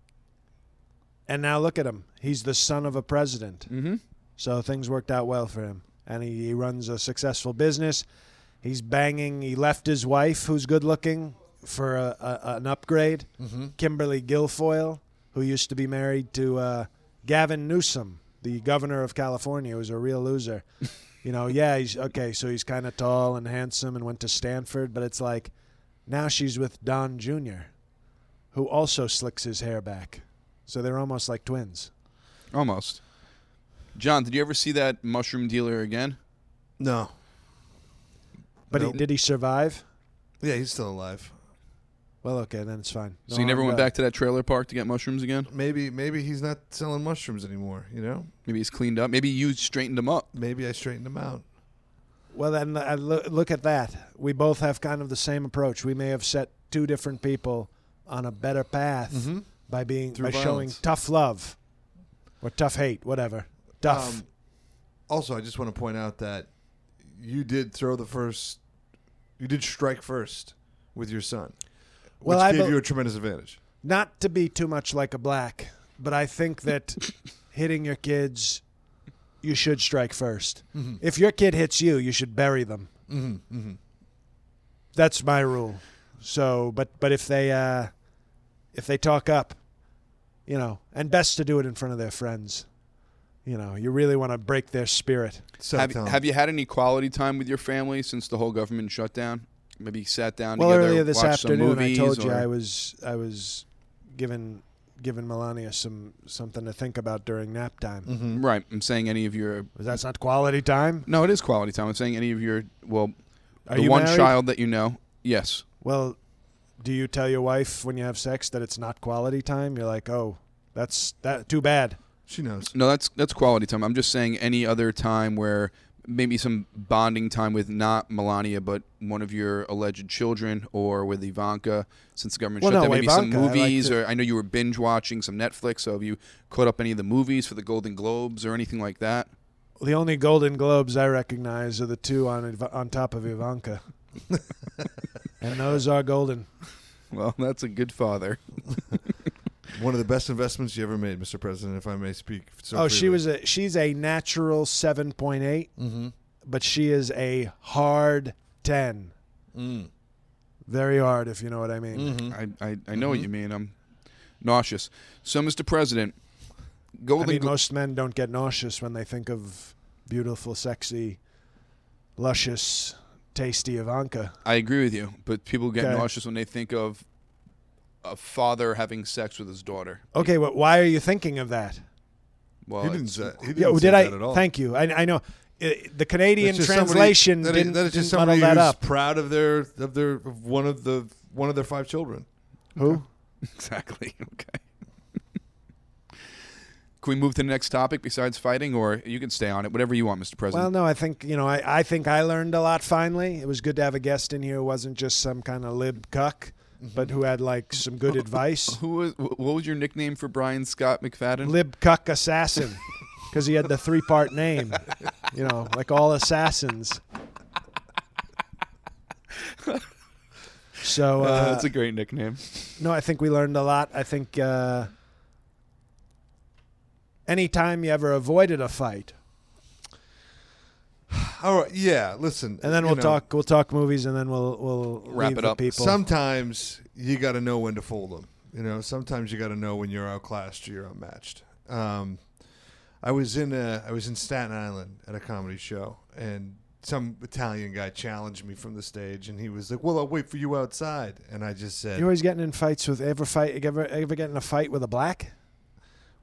B: And now look at him. He's the son of a president. Mm-hmm. So things worked out well for him. And he, he runs a successful business. He's banging. He left his wife, who's good looking, for a, a, an upgrade. Kimberly Guilfoyle, who used to be married to uh, Gavin Newsom, the governor of California, who's a real loser. you know, yeah, he's okay. So he's kind of tall and handsome and went to Stanford, but it's like now she's with Don Jr., who also slicks his hair back. So they're almost like twins.
A: Almost. John, did you ever see that mushroom dealer again?
C: No.
B: But
C: Nope.
B: he, did he survive?
C: Yeah, he's still alive.
B: Well, okay, then it's fine.
A: So you never
B: harm
A: went
B: done.
A: back to that trailer park to get mushrooms again?
C: Maybe maybe he's not selling mushrooms anymore, you know?
A: Maybe he's cleaned up. Maybe you straightened him up.
C: Maybe I straightened him out.
B: Well, then uh, lo- look at that. We both have kind of the same approach. We may have set two different people on a better path by being
C: Mm-hmm. Through
B: by showing
C: violence.
B: tough love or tough hate, whatever. Tough.
C: Um, also, I just want to point out that you did throw the first you did strike first with your son. Which
B: Well, I
C: gave
B: bel-
C: you a tremendous advantage.
B: Not to be too much like a black, but I think that hitting your kids, you should strike 1st
A: Mm-hmm.
B: If your kid hits you, you should bury them. That's my rule. So, but but if they uh, if they talk up, you know, and best to do it in front of their friends. You know, you really want to break their spirit.
C: So
A: have,
C: Tom,
A: have you had any quality time with your family since the whole government shutdown? Maybe you sat down
B: Well,
A: together,
B: earlier this
A: watched some
B: afternoon, I
A: movies,
B: told you
A: or-
B: I was I was giving giving Melania some something to think about during nap time.
A: Right. I'm saying any of your.
B: But That's not quality time.
A: No, it is quality time. I'm saying any of your. Well,
B: Are
A: the
B: you
A: one
B: married?
A: child that you know. Yes.
B: Well, do you tell your wife when you have sex that it's not quality time? You're like, oh, that's that. Too bad.
C: she knows.
A: No, that's that's quality time. I'm just saying any other time where maybe some bonding time with not Melania, but one of your alleged children, or with Ivanka, since the government
B: Well,
A: shut
B: no,
A: down. Maybe some
B: Ivanka, I like
A: movies,
B: to-
A: or I know you were binge watching some Netflix. So have you caught up any of the movies for the Golden Globes or anything like that?
B: The only Golden Globes I recognize are the two on Iv- on top of Ivanka, and those are golden.
A: Well, that's a good father.
C: One of the best investments you ever made, Mr. President, if I may speak. So
B: oh, she was a she's a natural seven point eight,
C: Mm-hmm.
B: but she is a hard ten,
C: Mm.
B: very hard if you know what I mean.
C: Mm-hmm.
A: I I, I know what you mean. I'm nauseous. So, Mr. President,
B: I
A: Golden
B: mean,
A: Glo-
B: most men don't get nauseous when they think of beautiful, sexy, luscious, tasty Ivanka.
A: I agree with you, but people get
B: Okay.
A: nauseous when they think of a father having sex with his daughter.
B: Okay, well, why are you thinking of that?
A: Well,
C: He didn't
A: it's- uh,
C: say, uh, he didn't
B: Yeah, well,
C: say
B: did I?
C: that at all.
B: Thank you. I, I know I- the
C: That's
B: Canadian
C: just
B: translation
C: somebody, that
B: didn't,
C: is- that is just
B: didn't muddle
C: somebody
B: that
C: who's
B: up.
C: proud of their of their of one of the one of their five children.
B: Who?
A: exactly. Okay. Can we move to the next topic besides fighting, or you can stay on it, whatever you want, Mr. President?
B: Well, no, I think you know. I, I think I learned a lot. Finally, it was good to have a guest in here who wasn't just some kind of lib cuck,
C: Mm-hmm.
B: but who had like some good advice.
A: Who was? wh- What was your nickname for Brian Scott McFadden?
B: lib cuck assassin, because he had the three part name. You know, like all assassins. So
A: Uh,
B: uh,
A: that's a great nickname.
B: No, I think we learned a lot. I think uh, anytime you ever avoided a fight,
C: All right, yeah. Listen,
B: and then
C: you
B: we'll
C: know,
B: talk, we'll talk movies, and then we'll we'll
A: Wrap
B: leave
A: it
B: the
A: up.
B: People.
C: Sometimes you got to know when to fold them. You know, sometimes you got to know when you're outclassed or you're outmatched. Um, I was in a, I was in Staten Island at a comedy show, and some Italian guy challenged me from the stage, and he was like, "Well, I'll wait for you outside," and I just said,
B: You're always getting in fights with ever fight ever ever get in a fight with a black.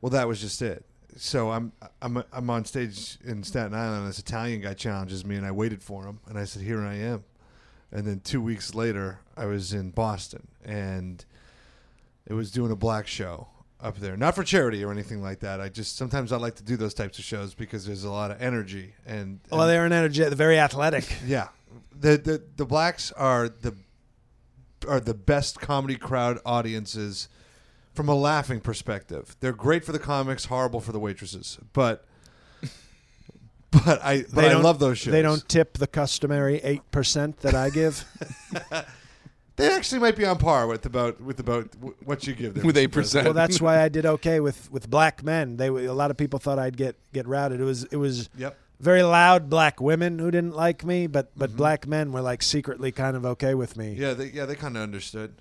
C: Well, that was just it. So I'm I'm I'm on stage in Staten Island. And this Italian guy challenges me, and I waited for him, and I said, "Here I am." And then two weeks later, I was in Boston, and it was doing a black show up there, not for charity or anything like that. I just sometimes I like to do those types of shows because there's a lot of energy and, and
B: Well, they're an energy, they're very athletic.
C: yeah, the the the blacks are the are the best comedy crowd audiences from a laughing perspective. They're great for the comics, horrible for the waitresses, but but I but
B: they
C: I
B: don't-
C: love those shows.
B: They don't tip the customary eight percent that I give.
C: They actually might be on par with about with about wh- what you give them
A: With
C: Mr.
A: eight percent.
C: President.
B: well, that's why I did okay with with black men. They were- a lot of people thought I'd get get routed. It was it was
C: Yep. Mm-hmm.
B: very loud black women who didn't like me, but but black men were like secretly kind of okay with me.
C: Yeah, they, yeah, they kind of understood.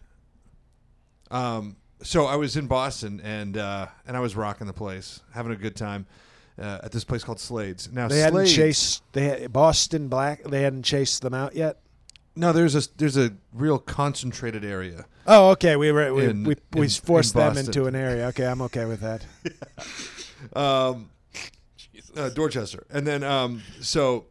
C: Um, so I was in Boston and uh, and I was rocking the place, having a good time uh, at this place called Slades. Now
B: They hadn't
C: Slades,
B: chased they had, Boston black. They hadn't chased them out yet.
C: No, there's a there's a real concentrated area.
B: Oh, okay. We were we
C: In-
B: we, we
C: in-
B: forced
C: in
B: them
C: Boston.
B: into an area. Okay, I'm okay with that.
C: Um, uh, Dorchester, and then um, so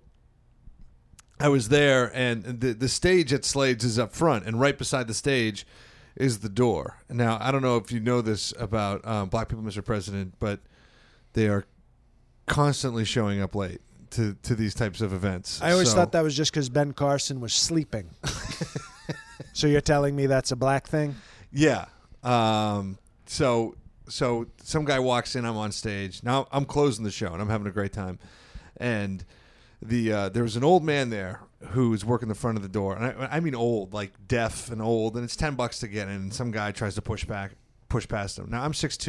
C: I was there, and the the stage at Slade's is up front, and right beside the stage is the door. Now I don't know if you know this about um, black people, Mr. President, but they are constantly showing up late to to these types of events.
B: I always
C: So-
B: thought that was just because Ben Carson was sleeping. so you're telling me that's a black thing?
C: Yeah. Um, so so some guy walks in. I'm on stage. Now I'm closing the show and I'm having a great time. And the uh, there was an old man there who was working the front of the door, and I, I mean old, like deaf and old. And it's ten bucks to get in. And some guy tries to push back, push past him. Now I'm 6'2",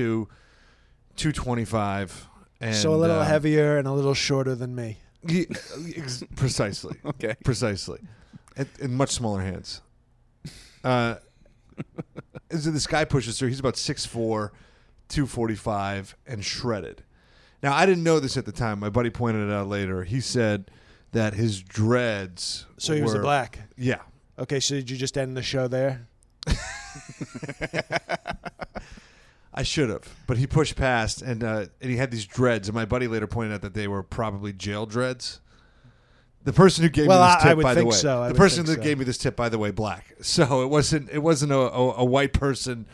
C: 225. And,
B: so a little
C: uh,
B: heavier and a little shorter than me.
C: Ye- ex- precisely.
A: Okay.
C: Precisely. And, and much smaller hands. Uh, so this guy pushes through. He's about 6'4, 245, and shredded. Now, I didn't know this at the time. My buddy pointed it out later. He said that his dreads.
B: So he was a
C: were-
B: black.
C: Yeah.
B: Okay, so did you just end the show there?
C: I should have, but he pushed past, and uh, and he had these dreads. And my buddy later pointed out that they were probably jail dreads. The person who gave
B: Well,
C: me
B: I-
C: this
B: I
C: tip,
B: would
C: by the
B: think
C: way,
B: so. I
C: the
B: would
C: person that
B: think so.
C: gave me this tip, by the way, black. So it wasn't it wasn't a, a, a white person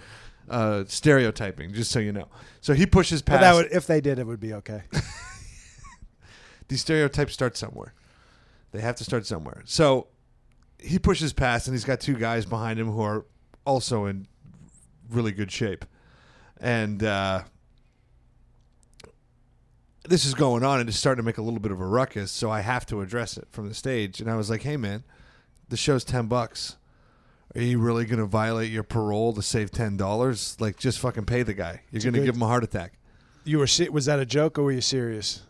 C: uh, stereotyping. Just so you know. So he pushes
B: But
C: past.
B: that would, if they did, it would be okay.
C: these stereotypes start somewhere. They have to start somewhere. So he pushes past, and he's got two guys behind him who are also in really good shape. And uh, this is going on, and it's starting to make a little bit of a ruckus. So I have to address it from the stage. And I was like, "Hey, man, the show's ten bucks. Are you really going to violate your parole to save ten dollars? Like, just fucking pay the guy. You're going to
B: good-
C: give him a heart attack."
B: You were se- was that a joke or were you serious?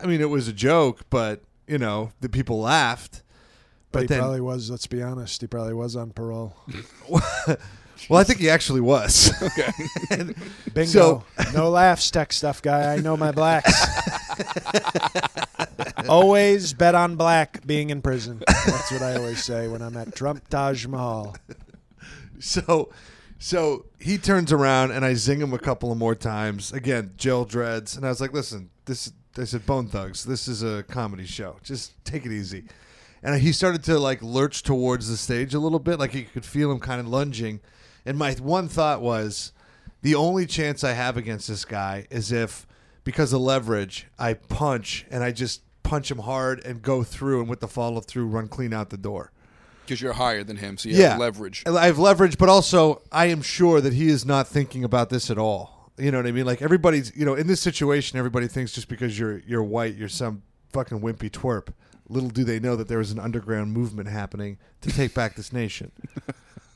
C: I mean, it was a joke, but you know, the people laughed.
B: But,
C: But
B: he
C: then,
B: probably was. Let's be honest. He probably was on parole.
C: well, I think he actually was. Okay.
B: Bingo.
C: So-
B: no laughs, tech stuff guy. I know my blacks. always bet on black being in prison. That's what I always say when I'm at Trump Taj Mahal.
C: so, so he turns around and I zing him a couple of more times. Again, Jill dreads, and I was like, "Listen, this." I said, "Bone Thugs, this is a comedy show. Just take it easy." And he started to like lurch towards the stage a little bit, like you could feel him kind of lunging. And my one thought was, the only chance I have against this guy is if, because of leverage, I punch and I just punch him hard and go through, and with the follow through, run clean out the door.
A: because you're higher than him, so you
C: yeah
A: have leverage.
C: I have leverage, but also I am sure that he is not thinking about this at all. You know what I mean? Like everybody's, you know, in this situation, everybody thinks just because you're you're white, you're some fucking wimpy twerp. Little do they know that there is an underground movement happening to take back this nation.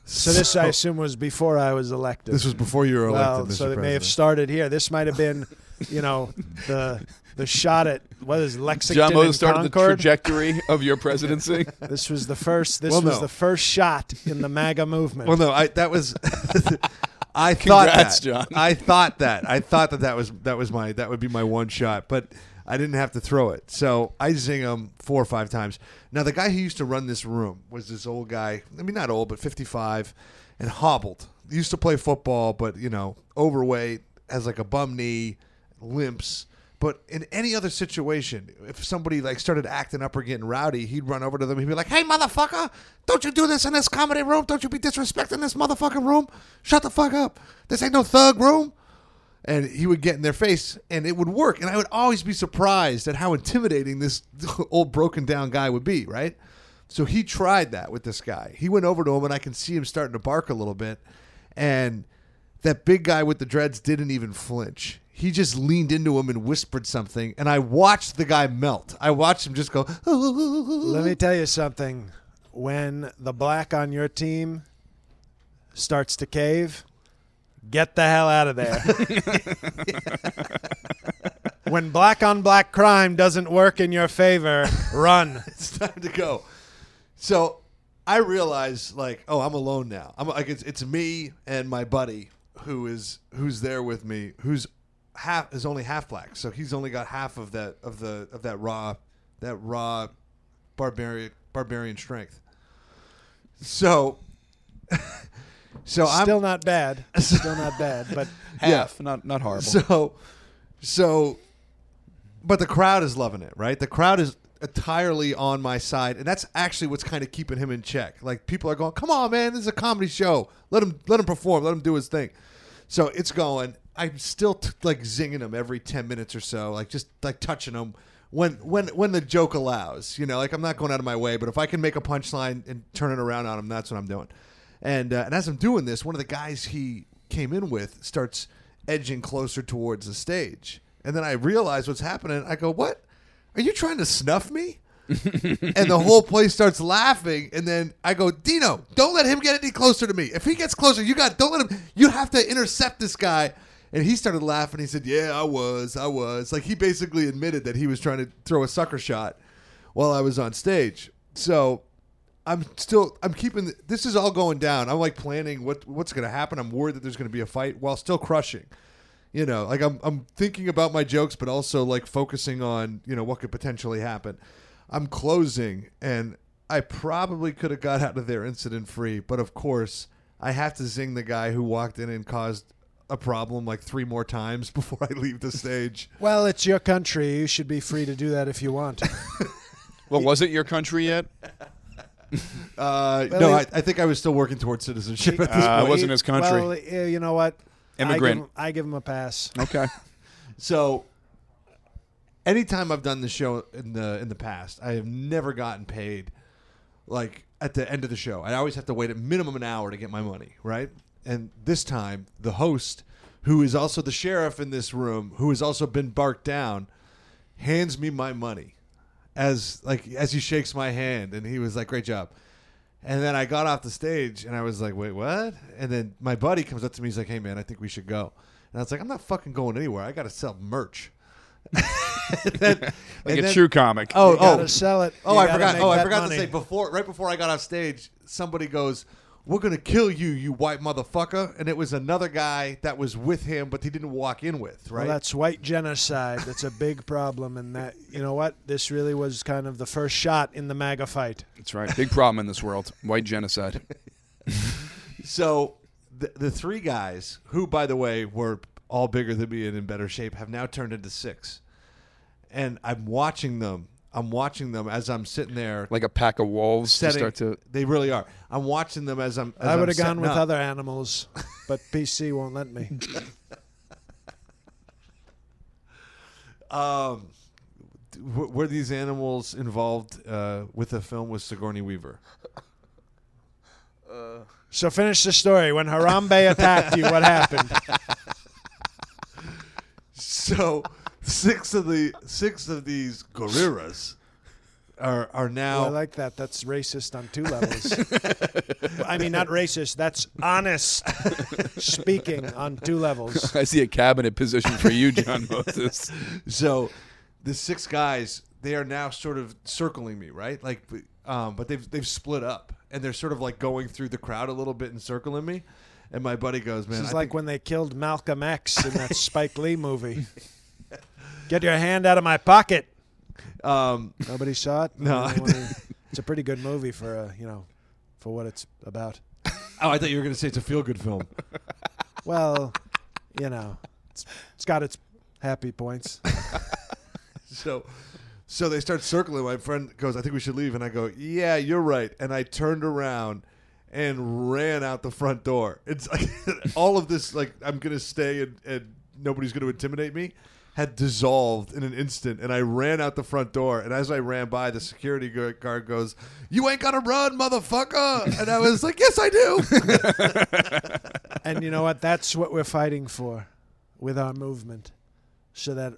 B: So this, I assume, was before I was elected.
C: This was before you were elected,
B: well,
C: Mr.
B: so they may have
C: President.
B: started here. This might have been, you know, the the shot at what is Lexington
A: John Moe
B: and
A: started the
B: Concord.
A: trajectory of your presidency.
B: this was the first. This
C: Well,
B: was
C: no.
B: the first shot in the MAGA movement.
C: Well, no, I that was. I thought
A: Congrats,
C: that.
A: John.
C: I thought that. I thought that that was that was my that would be my one shot, but I didn't have to throw it. So I zing him four or five times. Now the guy who used to run this room was this old guy. I mean, not old, but fifty five, and hobbled. He used to play football, but you know, overweight, has like a bum knee, limps. But in any other situation, if somebody like started acting up or getting rowdy, he'd run over to them. He'd be like, "Hey, motherfucker! Don't you do this in this comedy room? Don't you be disrespecting this motherfucking room? Shut the fuck up! This ain't no thug room." And he would get in their face, and it would work. And I would always be surprised at how intimidating this old broken down guy would be, right? So he tried that with this guy. He went over to him, and I can see him starting to bark a little bit. And that big guy with the dreads didn't even flinch. He just leaned into him and whispered something, and I watched the guy melt. I watched him just go.
B: Let me tell you something. When the black on your team starts to cave, get the hell out of there. when black on black crime doesn't work in your favor, run.
C: it's time to go. So I realize, like, oh, I'm alone now. I'm like, it's, it's me and my buddy who is who's there with me, who's half is only half black, so he's only got half of that of the of that raw that raw barbarian barbarian strength. So, so I'm
B: Still not bad. Still not bad, but
A: Half, not not horrible.
C: so, so, but the crowd is loving it, right? The crowd is entirely on my side, and that's actually what's kind of keeping him in check. Like people are going, "Come on, man, this is a comedy show. Let him, let him perform. Let him do his thing." So it's going. I'm still t- like zinging him every ten minutes or so, like just like touching him when when when the joke allows. You know, like I'm not going out of my way, but if I can make a punchline and turn it around on him, that's what I'm doing. And uh, and as I'm doing this, one of the guys he came in with starts edging closer towards the stage. And then I realize what's happening. I go, "What? Are you trying to snuff me?" and the whole place starts laughing. And then I go, "Dino, don't let him get any closer to me. If he gets closer, you got don't let him. You have to intercept this guy." And he started laughing. He said, "Yeah, I was. I was." Like he basically admitted that he was trying to throw a sucker shot while I was on stage. So I'm still I'm keeping this is all going down. I'm like planning what what's going to happen. I'm worried that there's going to be a fight while still crushing. You know, like I'm I'm thinking about my jokes but also like focusing on, you know, what could potentially happen. I'm closing and I probably could have got out of there incident free, but of course, I have to zing the guy who walked in and caused a problem like three more times before I leave the stage.
B: well, it's your country. You should be free to do that if you want.
A: well, was it your country yet?
C: Uh,
B: Well,
C: no,
B: he-
C: I, I think I was still working towards citizenship at this
A: Uh,
C: point.
A: it wasn't his country.
B: Well, eh, you know what? I give
A: Immigrant.
B: him- I give him a pass.
A: Okay.
C: So anytime I've done the show in the in the past, I have never gotten paid like at the end of the show. I always have to wait at minimum an hour to get my money, right? And this time, the host, who is also the sheriff in this room, who has also been barked down, hands me my money as like as he shakes my hand and he was like great job and then i got off the stage and i was like wait what and then my buddy comes up to me he's like hey man i think we should go and i was like i'm not fucking going anywhere i gotta sell merch And then-
A: like
C: and
A: a
C: then-
A: true comic.
C: oh
B: gotta
C: oh
B: sell it.
C: oh
B: You
C: i
B: gotta
C: forgot
B: make
C: oh i
B: that
C: forgot
B: money.
C: to say before right before i got off stage somebody goes we're gonna kill you you white motherfucker and it was another guy that was with him but he didn't walk in with right
B: Well, that's white genocide. That's a big problem, and that you know what? This really was kind of the first shot in the MAGA fight.
A: That's right. Big problem in this world. White genocide.
C: So the, the three guys, who by the way were all bigger than me and in better shape, have now turned into six. And I'm watching them. I'm watching them as I'm sitting there.
A: Like a pack of wolves to
C: setting-
A: start to.
C: they really are. I'm watching them as I'm. As
B: I
C: I'm
B: would have gone
C: setting
B: with
C: up.
B: other animals, but PC won't let me.
C: Um, w- were these animals involved uh, with a film with Sigourney Weaver?
B: So finish the story. When Harambe attacked you, what happened?
C: So six of the six of these gorillas are are now
B: I like that. That's racist on two levels. I mean, not racist. That's honest speaking on two levels.
A: I see a cabinet position for you, John Moses.
C: so the six guys they are now sort of circling me right like um, but they've they've split up and they're sort of like going through the crowd a little bit and circling me and my buddy goes man
B: This is
C: I
B: like
C: think-
B: when they killed Malcolm X in that Spike Lee movie. Get your hand out of my pocket.
C: um,
B: Nobody saw it.
C: No,
B: I
C: I
B: don't wanna- it's a pretty good movie for uh, you know, for what it's about.
C: oh i thought you were going to say it's a feel-good film
B: Well, you know, it's, it's got its happy points.
C: so so they start circling my friend goes i think we should leave and i go yeah you're right and i turned around and ran out the front door it's like all of this like i'm gonna stay and, and nobody's gonna intimidate me had dissolved in an instant and i ran out the front door and as i ran by the security gu- guard goes you ain't gotta run motherfucker and i was like yes i do
B: And you know what? That's what we're fighting for with our movement. So that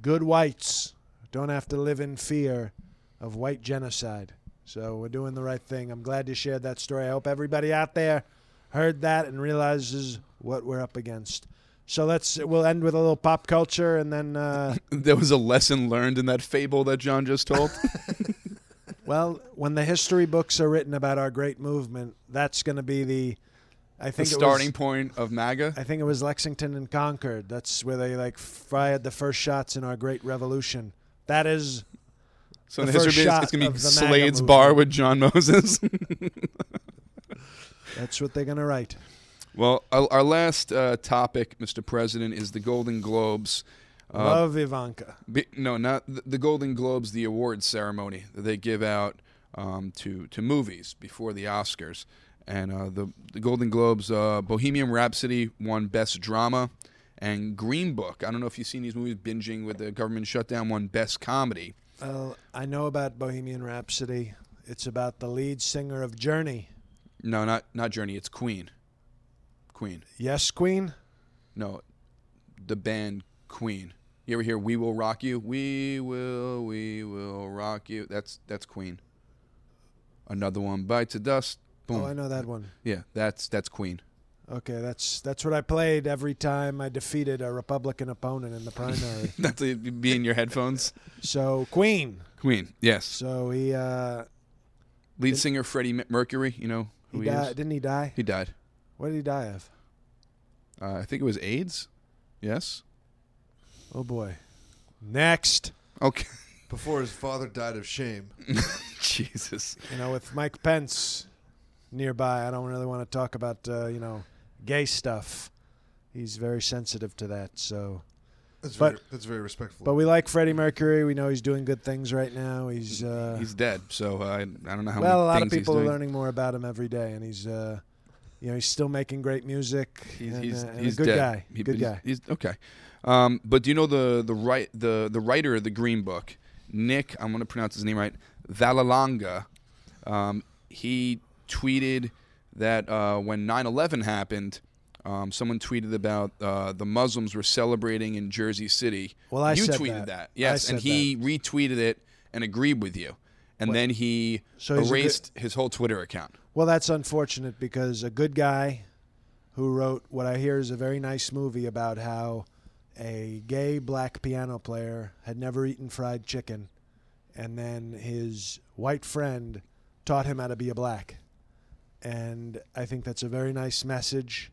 B: good whites don't have to live in fear of white genocide. So we're doing the right thing. I'm glad you shared that story. I hope everybody out there heard that and realizes what we're up against. So let's we'll end with a little pop culture and then uh,
A: There was a lesson learned in that fable that John just told.
B: well, when the history books are written about our great movement, that's going to be the I
A: the
B: think it was-
A: starting point of MAGA.
B: I think it was Lexington and Concord. That's where they like fired the first shots in our great revolution. That is
A: So in
B: the
A: the history
B: first
A: base,
B: shot
A: it's going to
B: of
A: be
B: the
A: Slade's
B: MAGA
A: Bar
B: movement.
A: with John Moses.
B: that's what they're gonna write.
A: well, our, our last uh, topic, Mr. President, is the Golden Globes. Uh,
B: Love Ivanka.
A: Be, no, not th- the Golden Globes, the awards ceremony that they give out um, to to movies before the Oscars. And uh, the the Golden Globes, uh, Bohemian Rhapsody won Best Drama, and Green Book. I don't know if you've seen these movies. Binging with the government shutdown won Best Comedy.
B: Well, I know about Bohemian Rhapsody. It's about the lead singer of Journey.
A: No, not not Journey. It's Queen. Queen.
B: Yes, Queen.
A: No, the band Queen. You ever hear "We Will Rock You"? We will, we will rock you. That's that's Queen. Another one bites the dust. Boom.
B: Oh, I know that one.
A: Yeah, that's that's Queen.
B: Okay, that's that's what I played every time I defeated a Republican opponent in the primary.
A: That's it, be in your headphones.
B: so Queen.
A: Queen. Yes.
B: So he uh,
A: Lead singer Freddie Mer- Mercury. You know who
B: he
A: he,
B: di-
A: is.
B: didn't he die?
A: He died.
B: What did he die of?
A: Uh, I think it was AIDS. Yes.
B: Oh boy. Next.
A: Okay.
C: before his father died of shame
A: Jesus.
B: you know, with Mike Pence nearby, I don't really want to talk about, uh, you know, gay stuff. He's very sensitive to that. So,
C: that's
B: But-
C: very, that's very respectful
B: but we like Freddie Mercury. We know he's doing good things right now. He's, uh,
A: He's dead. So uh, I I don't know how.
B: well,
A: many
B: a lot of
A: things he's
B: people are
A: doing.
B: learning more about him every day, and he's, uh, you know, he's still making great music.
A: He's
B: and,
A: he's,
B: uh, and
A: he's
B: a good
A: dead.
B: guy.
A: He-
B: good
A: he's-
B: guy.
A: He's, okay. Um, but do you know the the right the the writer of the Green Book, Nick? I'm going to pronounce his name right. Valalanga. Um, he tweeted that uh, when 9/11 happened. Um, someone tweeted about uh, the Muslims were celebrating in Jersey City.
B: Well, I
A: you
B: said
A: tweeted
B: that.
A: that,
B: I
A: yes, and
B: said
A: he retweeted it and agreed with you. And then he
B: So he's a good-
A: erased his whole Twitter account.
B: Well, that's unfortunate because a good guy who wrote what I hear is a very nice movie about how a gay black piano player had never eaten fried chicken and then his white friend taught him how to be a black. And I think that's a very nice message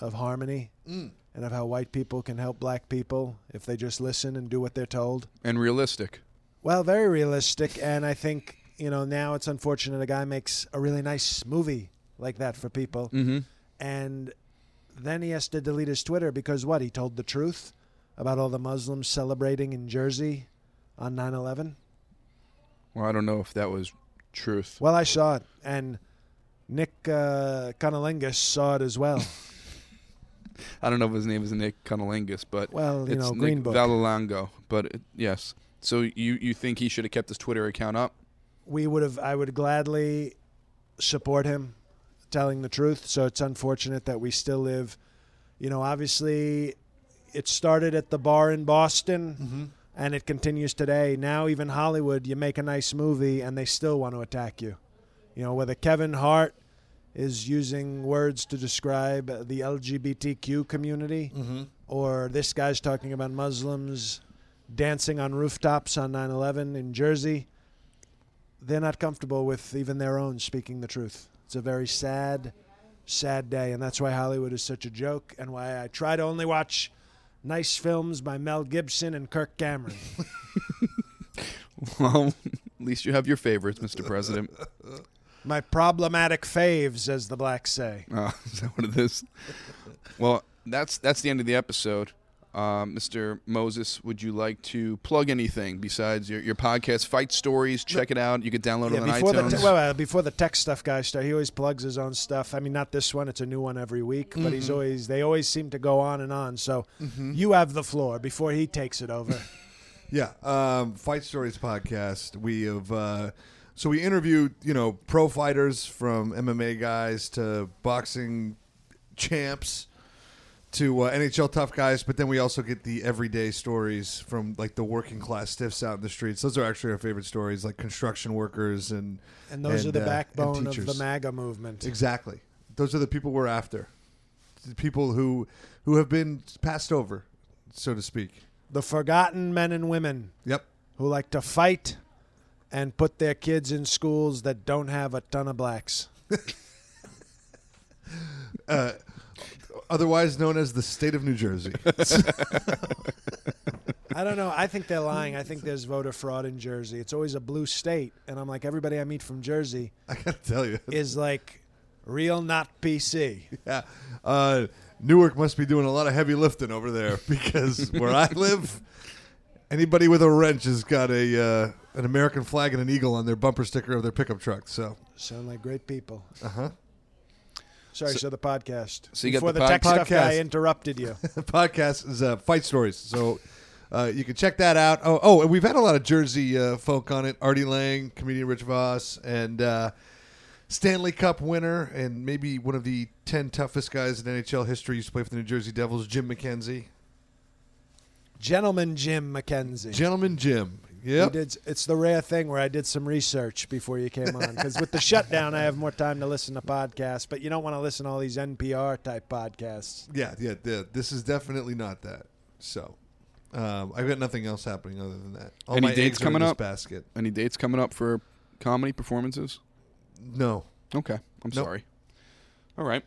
B: of harmony and of how white people can help black people if they just listen and do what they're told.
A: And realistic.
B: Well, very realistic, and I think you know now it's unfortunate a guy makes a really nice movie like that for people, mm-hmm. and then he has to delete his Twitter because what he told the truth about all the Muslims celebrating in Jersey on 9/11.
A: Well, I don't know if that was truth.
B: Well, I saw it, and Nick uh, Conolingus saw it as well.
A: I don't know if his name is Nick Cunnilingus, but
B: Well, you
A: it's
B: know,
A: Nick
B: Green Book.
A: Vallelongo. But it, yes, so you you think he should have kept his Twitter account up?
B: we would have I would gladly support him telling the truth. So it's unfortunate that we still live you know, obviously it started at the bar in Boston and it continues today. Now even Hollywood, you make a nice movie and they still want to attack you. You know, whether Kevin Hart is using words to describe the LGBTQ community or this guy's talking about Muslims dancing on rooftops on 9/11 in Jersey they're not comfortable with even their own speaking the truth. It's a very sad, sad day, and that's why Hollywood is such a joke, and why I try to only watch nice films by Mel Gibson and Kirk Cameron.
A: Well, at least you have your favorites, Mr. President.
B: My problematic faves, as the blacks say.
A: Uh, is that what it is? Well, that's that's the end of the episode. Uh, Mr. Moses, would you like to plug anything besides your, your podcast, Fight Stories? Check it out. You can download it on
B: before the
A: iTunes.
B: te- well, well, before the tech stuff guy started, he always plugs his own stuff. I mean, not this one; it's a new one every week. But he's always they always seem to go on and on. So you have the floor before he takes it over.
C: Yeah, um, Fight Stories podcast. We have uh, so we interviewed you know pro fighters from MMA guys to boxing champs to uh, NHL tough guys, but then we also get the everyday stories from like the working class stiffs out in the streets. Those are actually our favorite stories, like construction workers and
B: and those are the
C: uh, and
B: backbone of the
C: teachers.
B: MAGA movement.
C: Exactly. Those are the people we're after. The people who who have been passed over, so to speak.
B: The forgotten men and women
C: Yep.
B: who like to fight and put their kids in schools that don't have a ton of blacks.
C: Otherwise known as the state of New Jersey.
B: I don't know. I think they're lying. I think there's voter fraud in Jersey. It's always a blue state. And I'm like, everybody I meet from Jersey
C: I gotta tell you.
B: is like real, not PC.
C: Yeah. Uh, Newark must be doing a lot of heavy lifting over there because where I live, anybody with a wrench has got a uh, an American flag and an eagle on their bumper sticker of their pickup truck. So
B: Sound like great people. Uh huh. Sorry, so, the podcast.
A: Uh-huh. so you got
B: Before
A: the
B: the,
A: pod-
B: tech stuff guy
C: podcast.
B: interrupted you.
C: the podcast is uh, fight stories. So uh, you can check that out. Oh, oh, and we've had a lot of Jersey uh, folk on it. Artie Lang, comedian Rich Voss, and uh, Stanley Cup winner, and maybe one of the ten toughest guys in NHL history. Used to play for the New Jersey Devils, Jim McKenzie.
B: Gentleman Jim McKenzie.
C: Gentleman Jim.
B: We
C: Yep.
B: did, it's the rare thing where I did some research before you came on because with the shutdown, I have more time to listen to podcasts. But you don't want to listen to all these NPR type podcasts.
C: Yeah, yeah, yeah. This is definitely not that. So, um, I've got nothing else happening other than that. All
A: Any
C: my
A: dates
C: eggs are
A: coming
C: in this
A: up?
C: Basket.
A: Any dates coming up for comedy performances?
C: No.
A: Okay, I'm
C: Nope.
A: sorry. All right.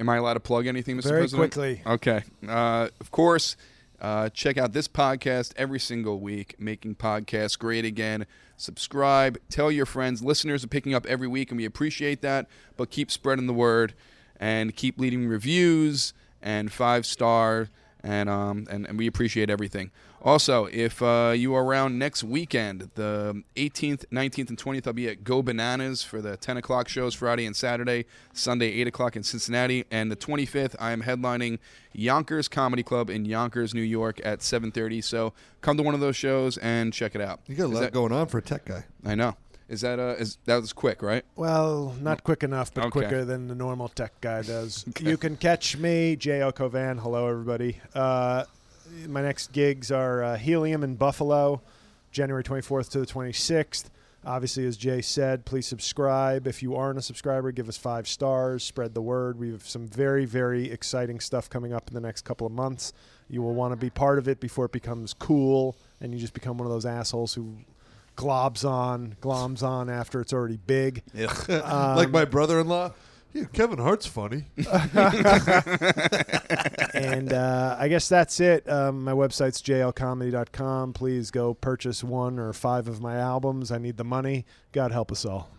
A: Am I allowed to plug anything, Mr.
B: Very
A: President?
B: quickly.
A: Okay. Uh, of course, uh, check out this podcast every single week, making podcasts great again. Subscribe, tell your friends. Listeners are picking up every week, and we appreciate that. But keep spreading the word and keep leading reviews and five star and um, and, and we appreciate everything. Also, if uh, you are around next weekend, the 18th, 19th, and 20th, I'll be at Go Bananas for the 10 o'clock shows Friday and Saturday, Sunday 8 o'clock in Cincinnati, and the 25th, I am headlining Yonkers Comedy Club in Yonkers, New York, at 7:30. So come to one of those shows and check it out.
C: You got a
A: Is
C: lot
A: that-
C: going on for a tech guy.
A: I know. Is that uh? Is that was quick, right?
B: Well, not quick enough, but
A: Okay.
B: quicker than the normal tech guy does. You can catch me, J.O. Covan. Hello, everybody. Uh, my next gigs are uh, Helium in Buffalo, January 24th to the 26th. Obviously, as Jay said, please subscribe. If you aren't a subscriber, give us five stars, spread the word. We have some very, very exciting stuff coming up in the next couple of months. You will want to be part of it before it becomes cool and you just become one of those assholes who globs on, gloms on after it's already big.
C: like my brother-in-law. Yeah, Kevin Hart's funny.
B: and uh, I guess that's it. Um, my website's jlcomedy.com. Please go purchase one or five of my albums. I need the money. God help us all.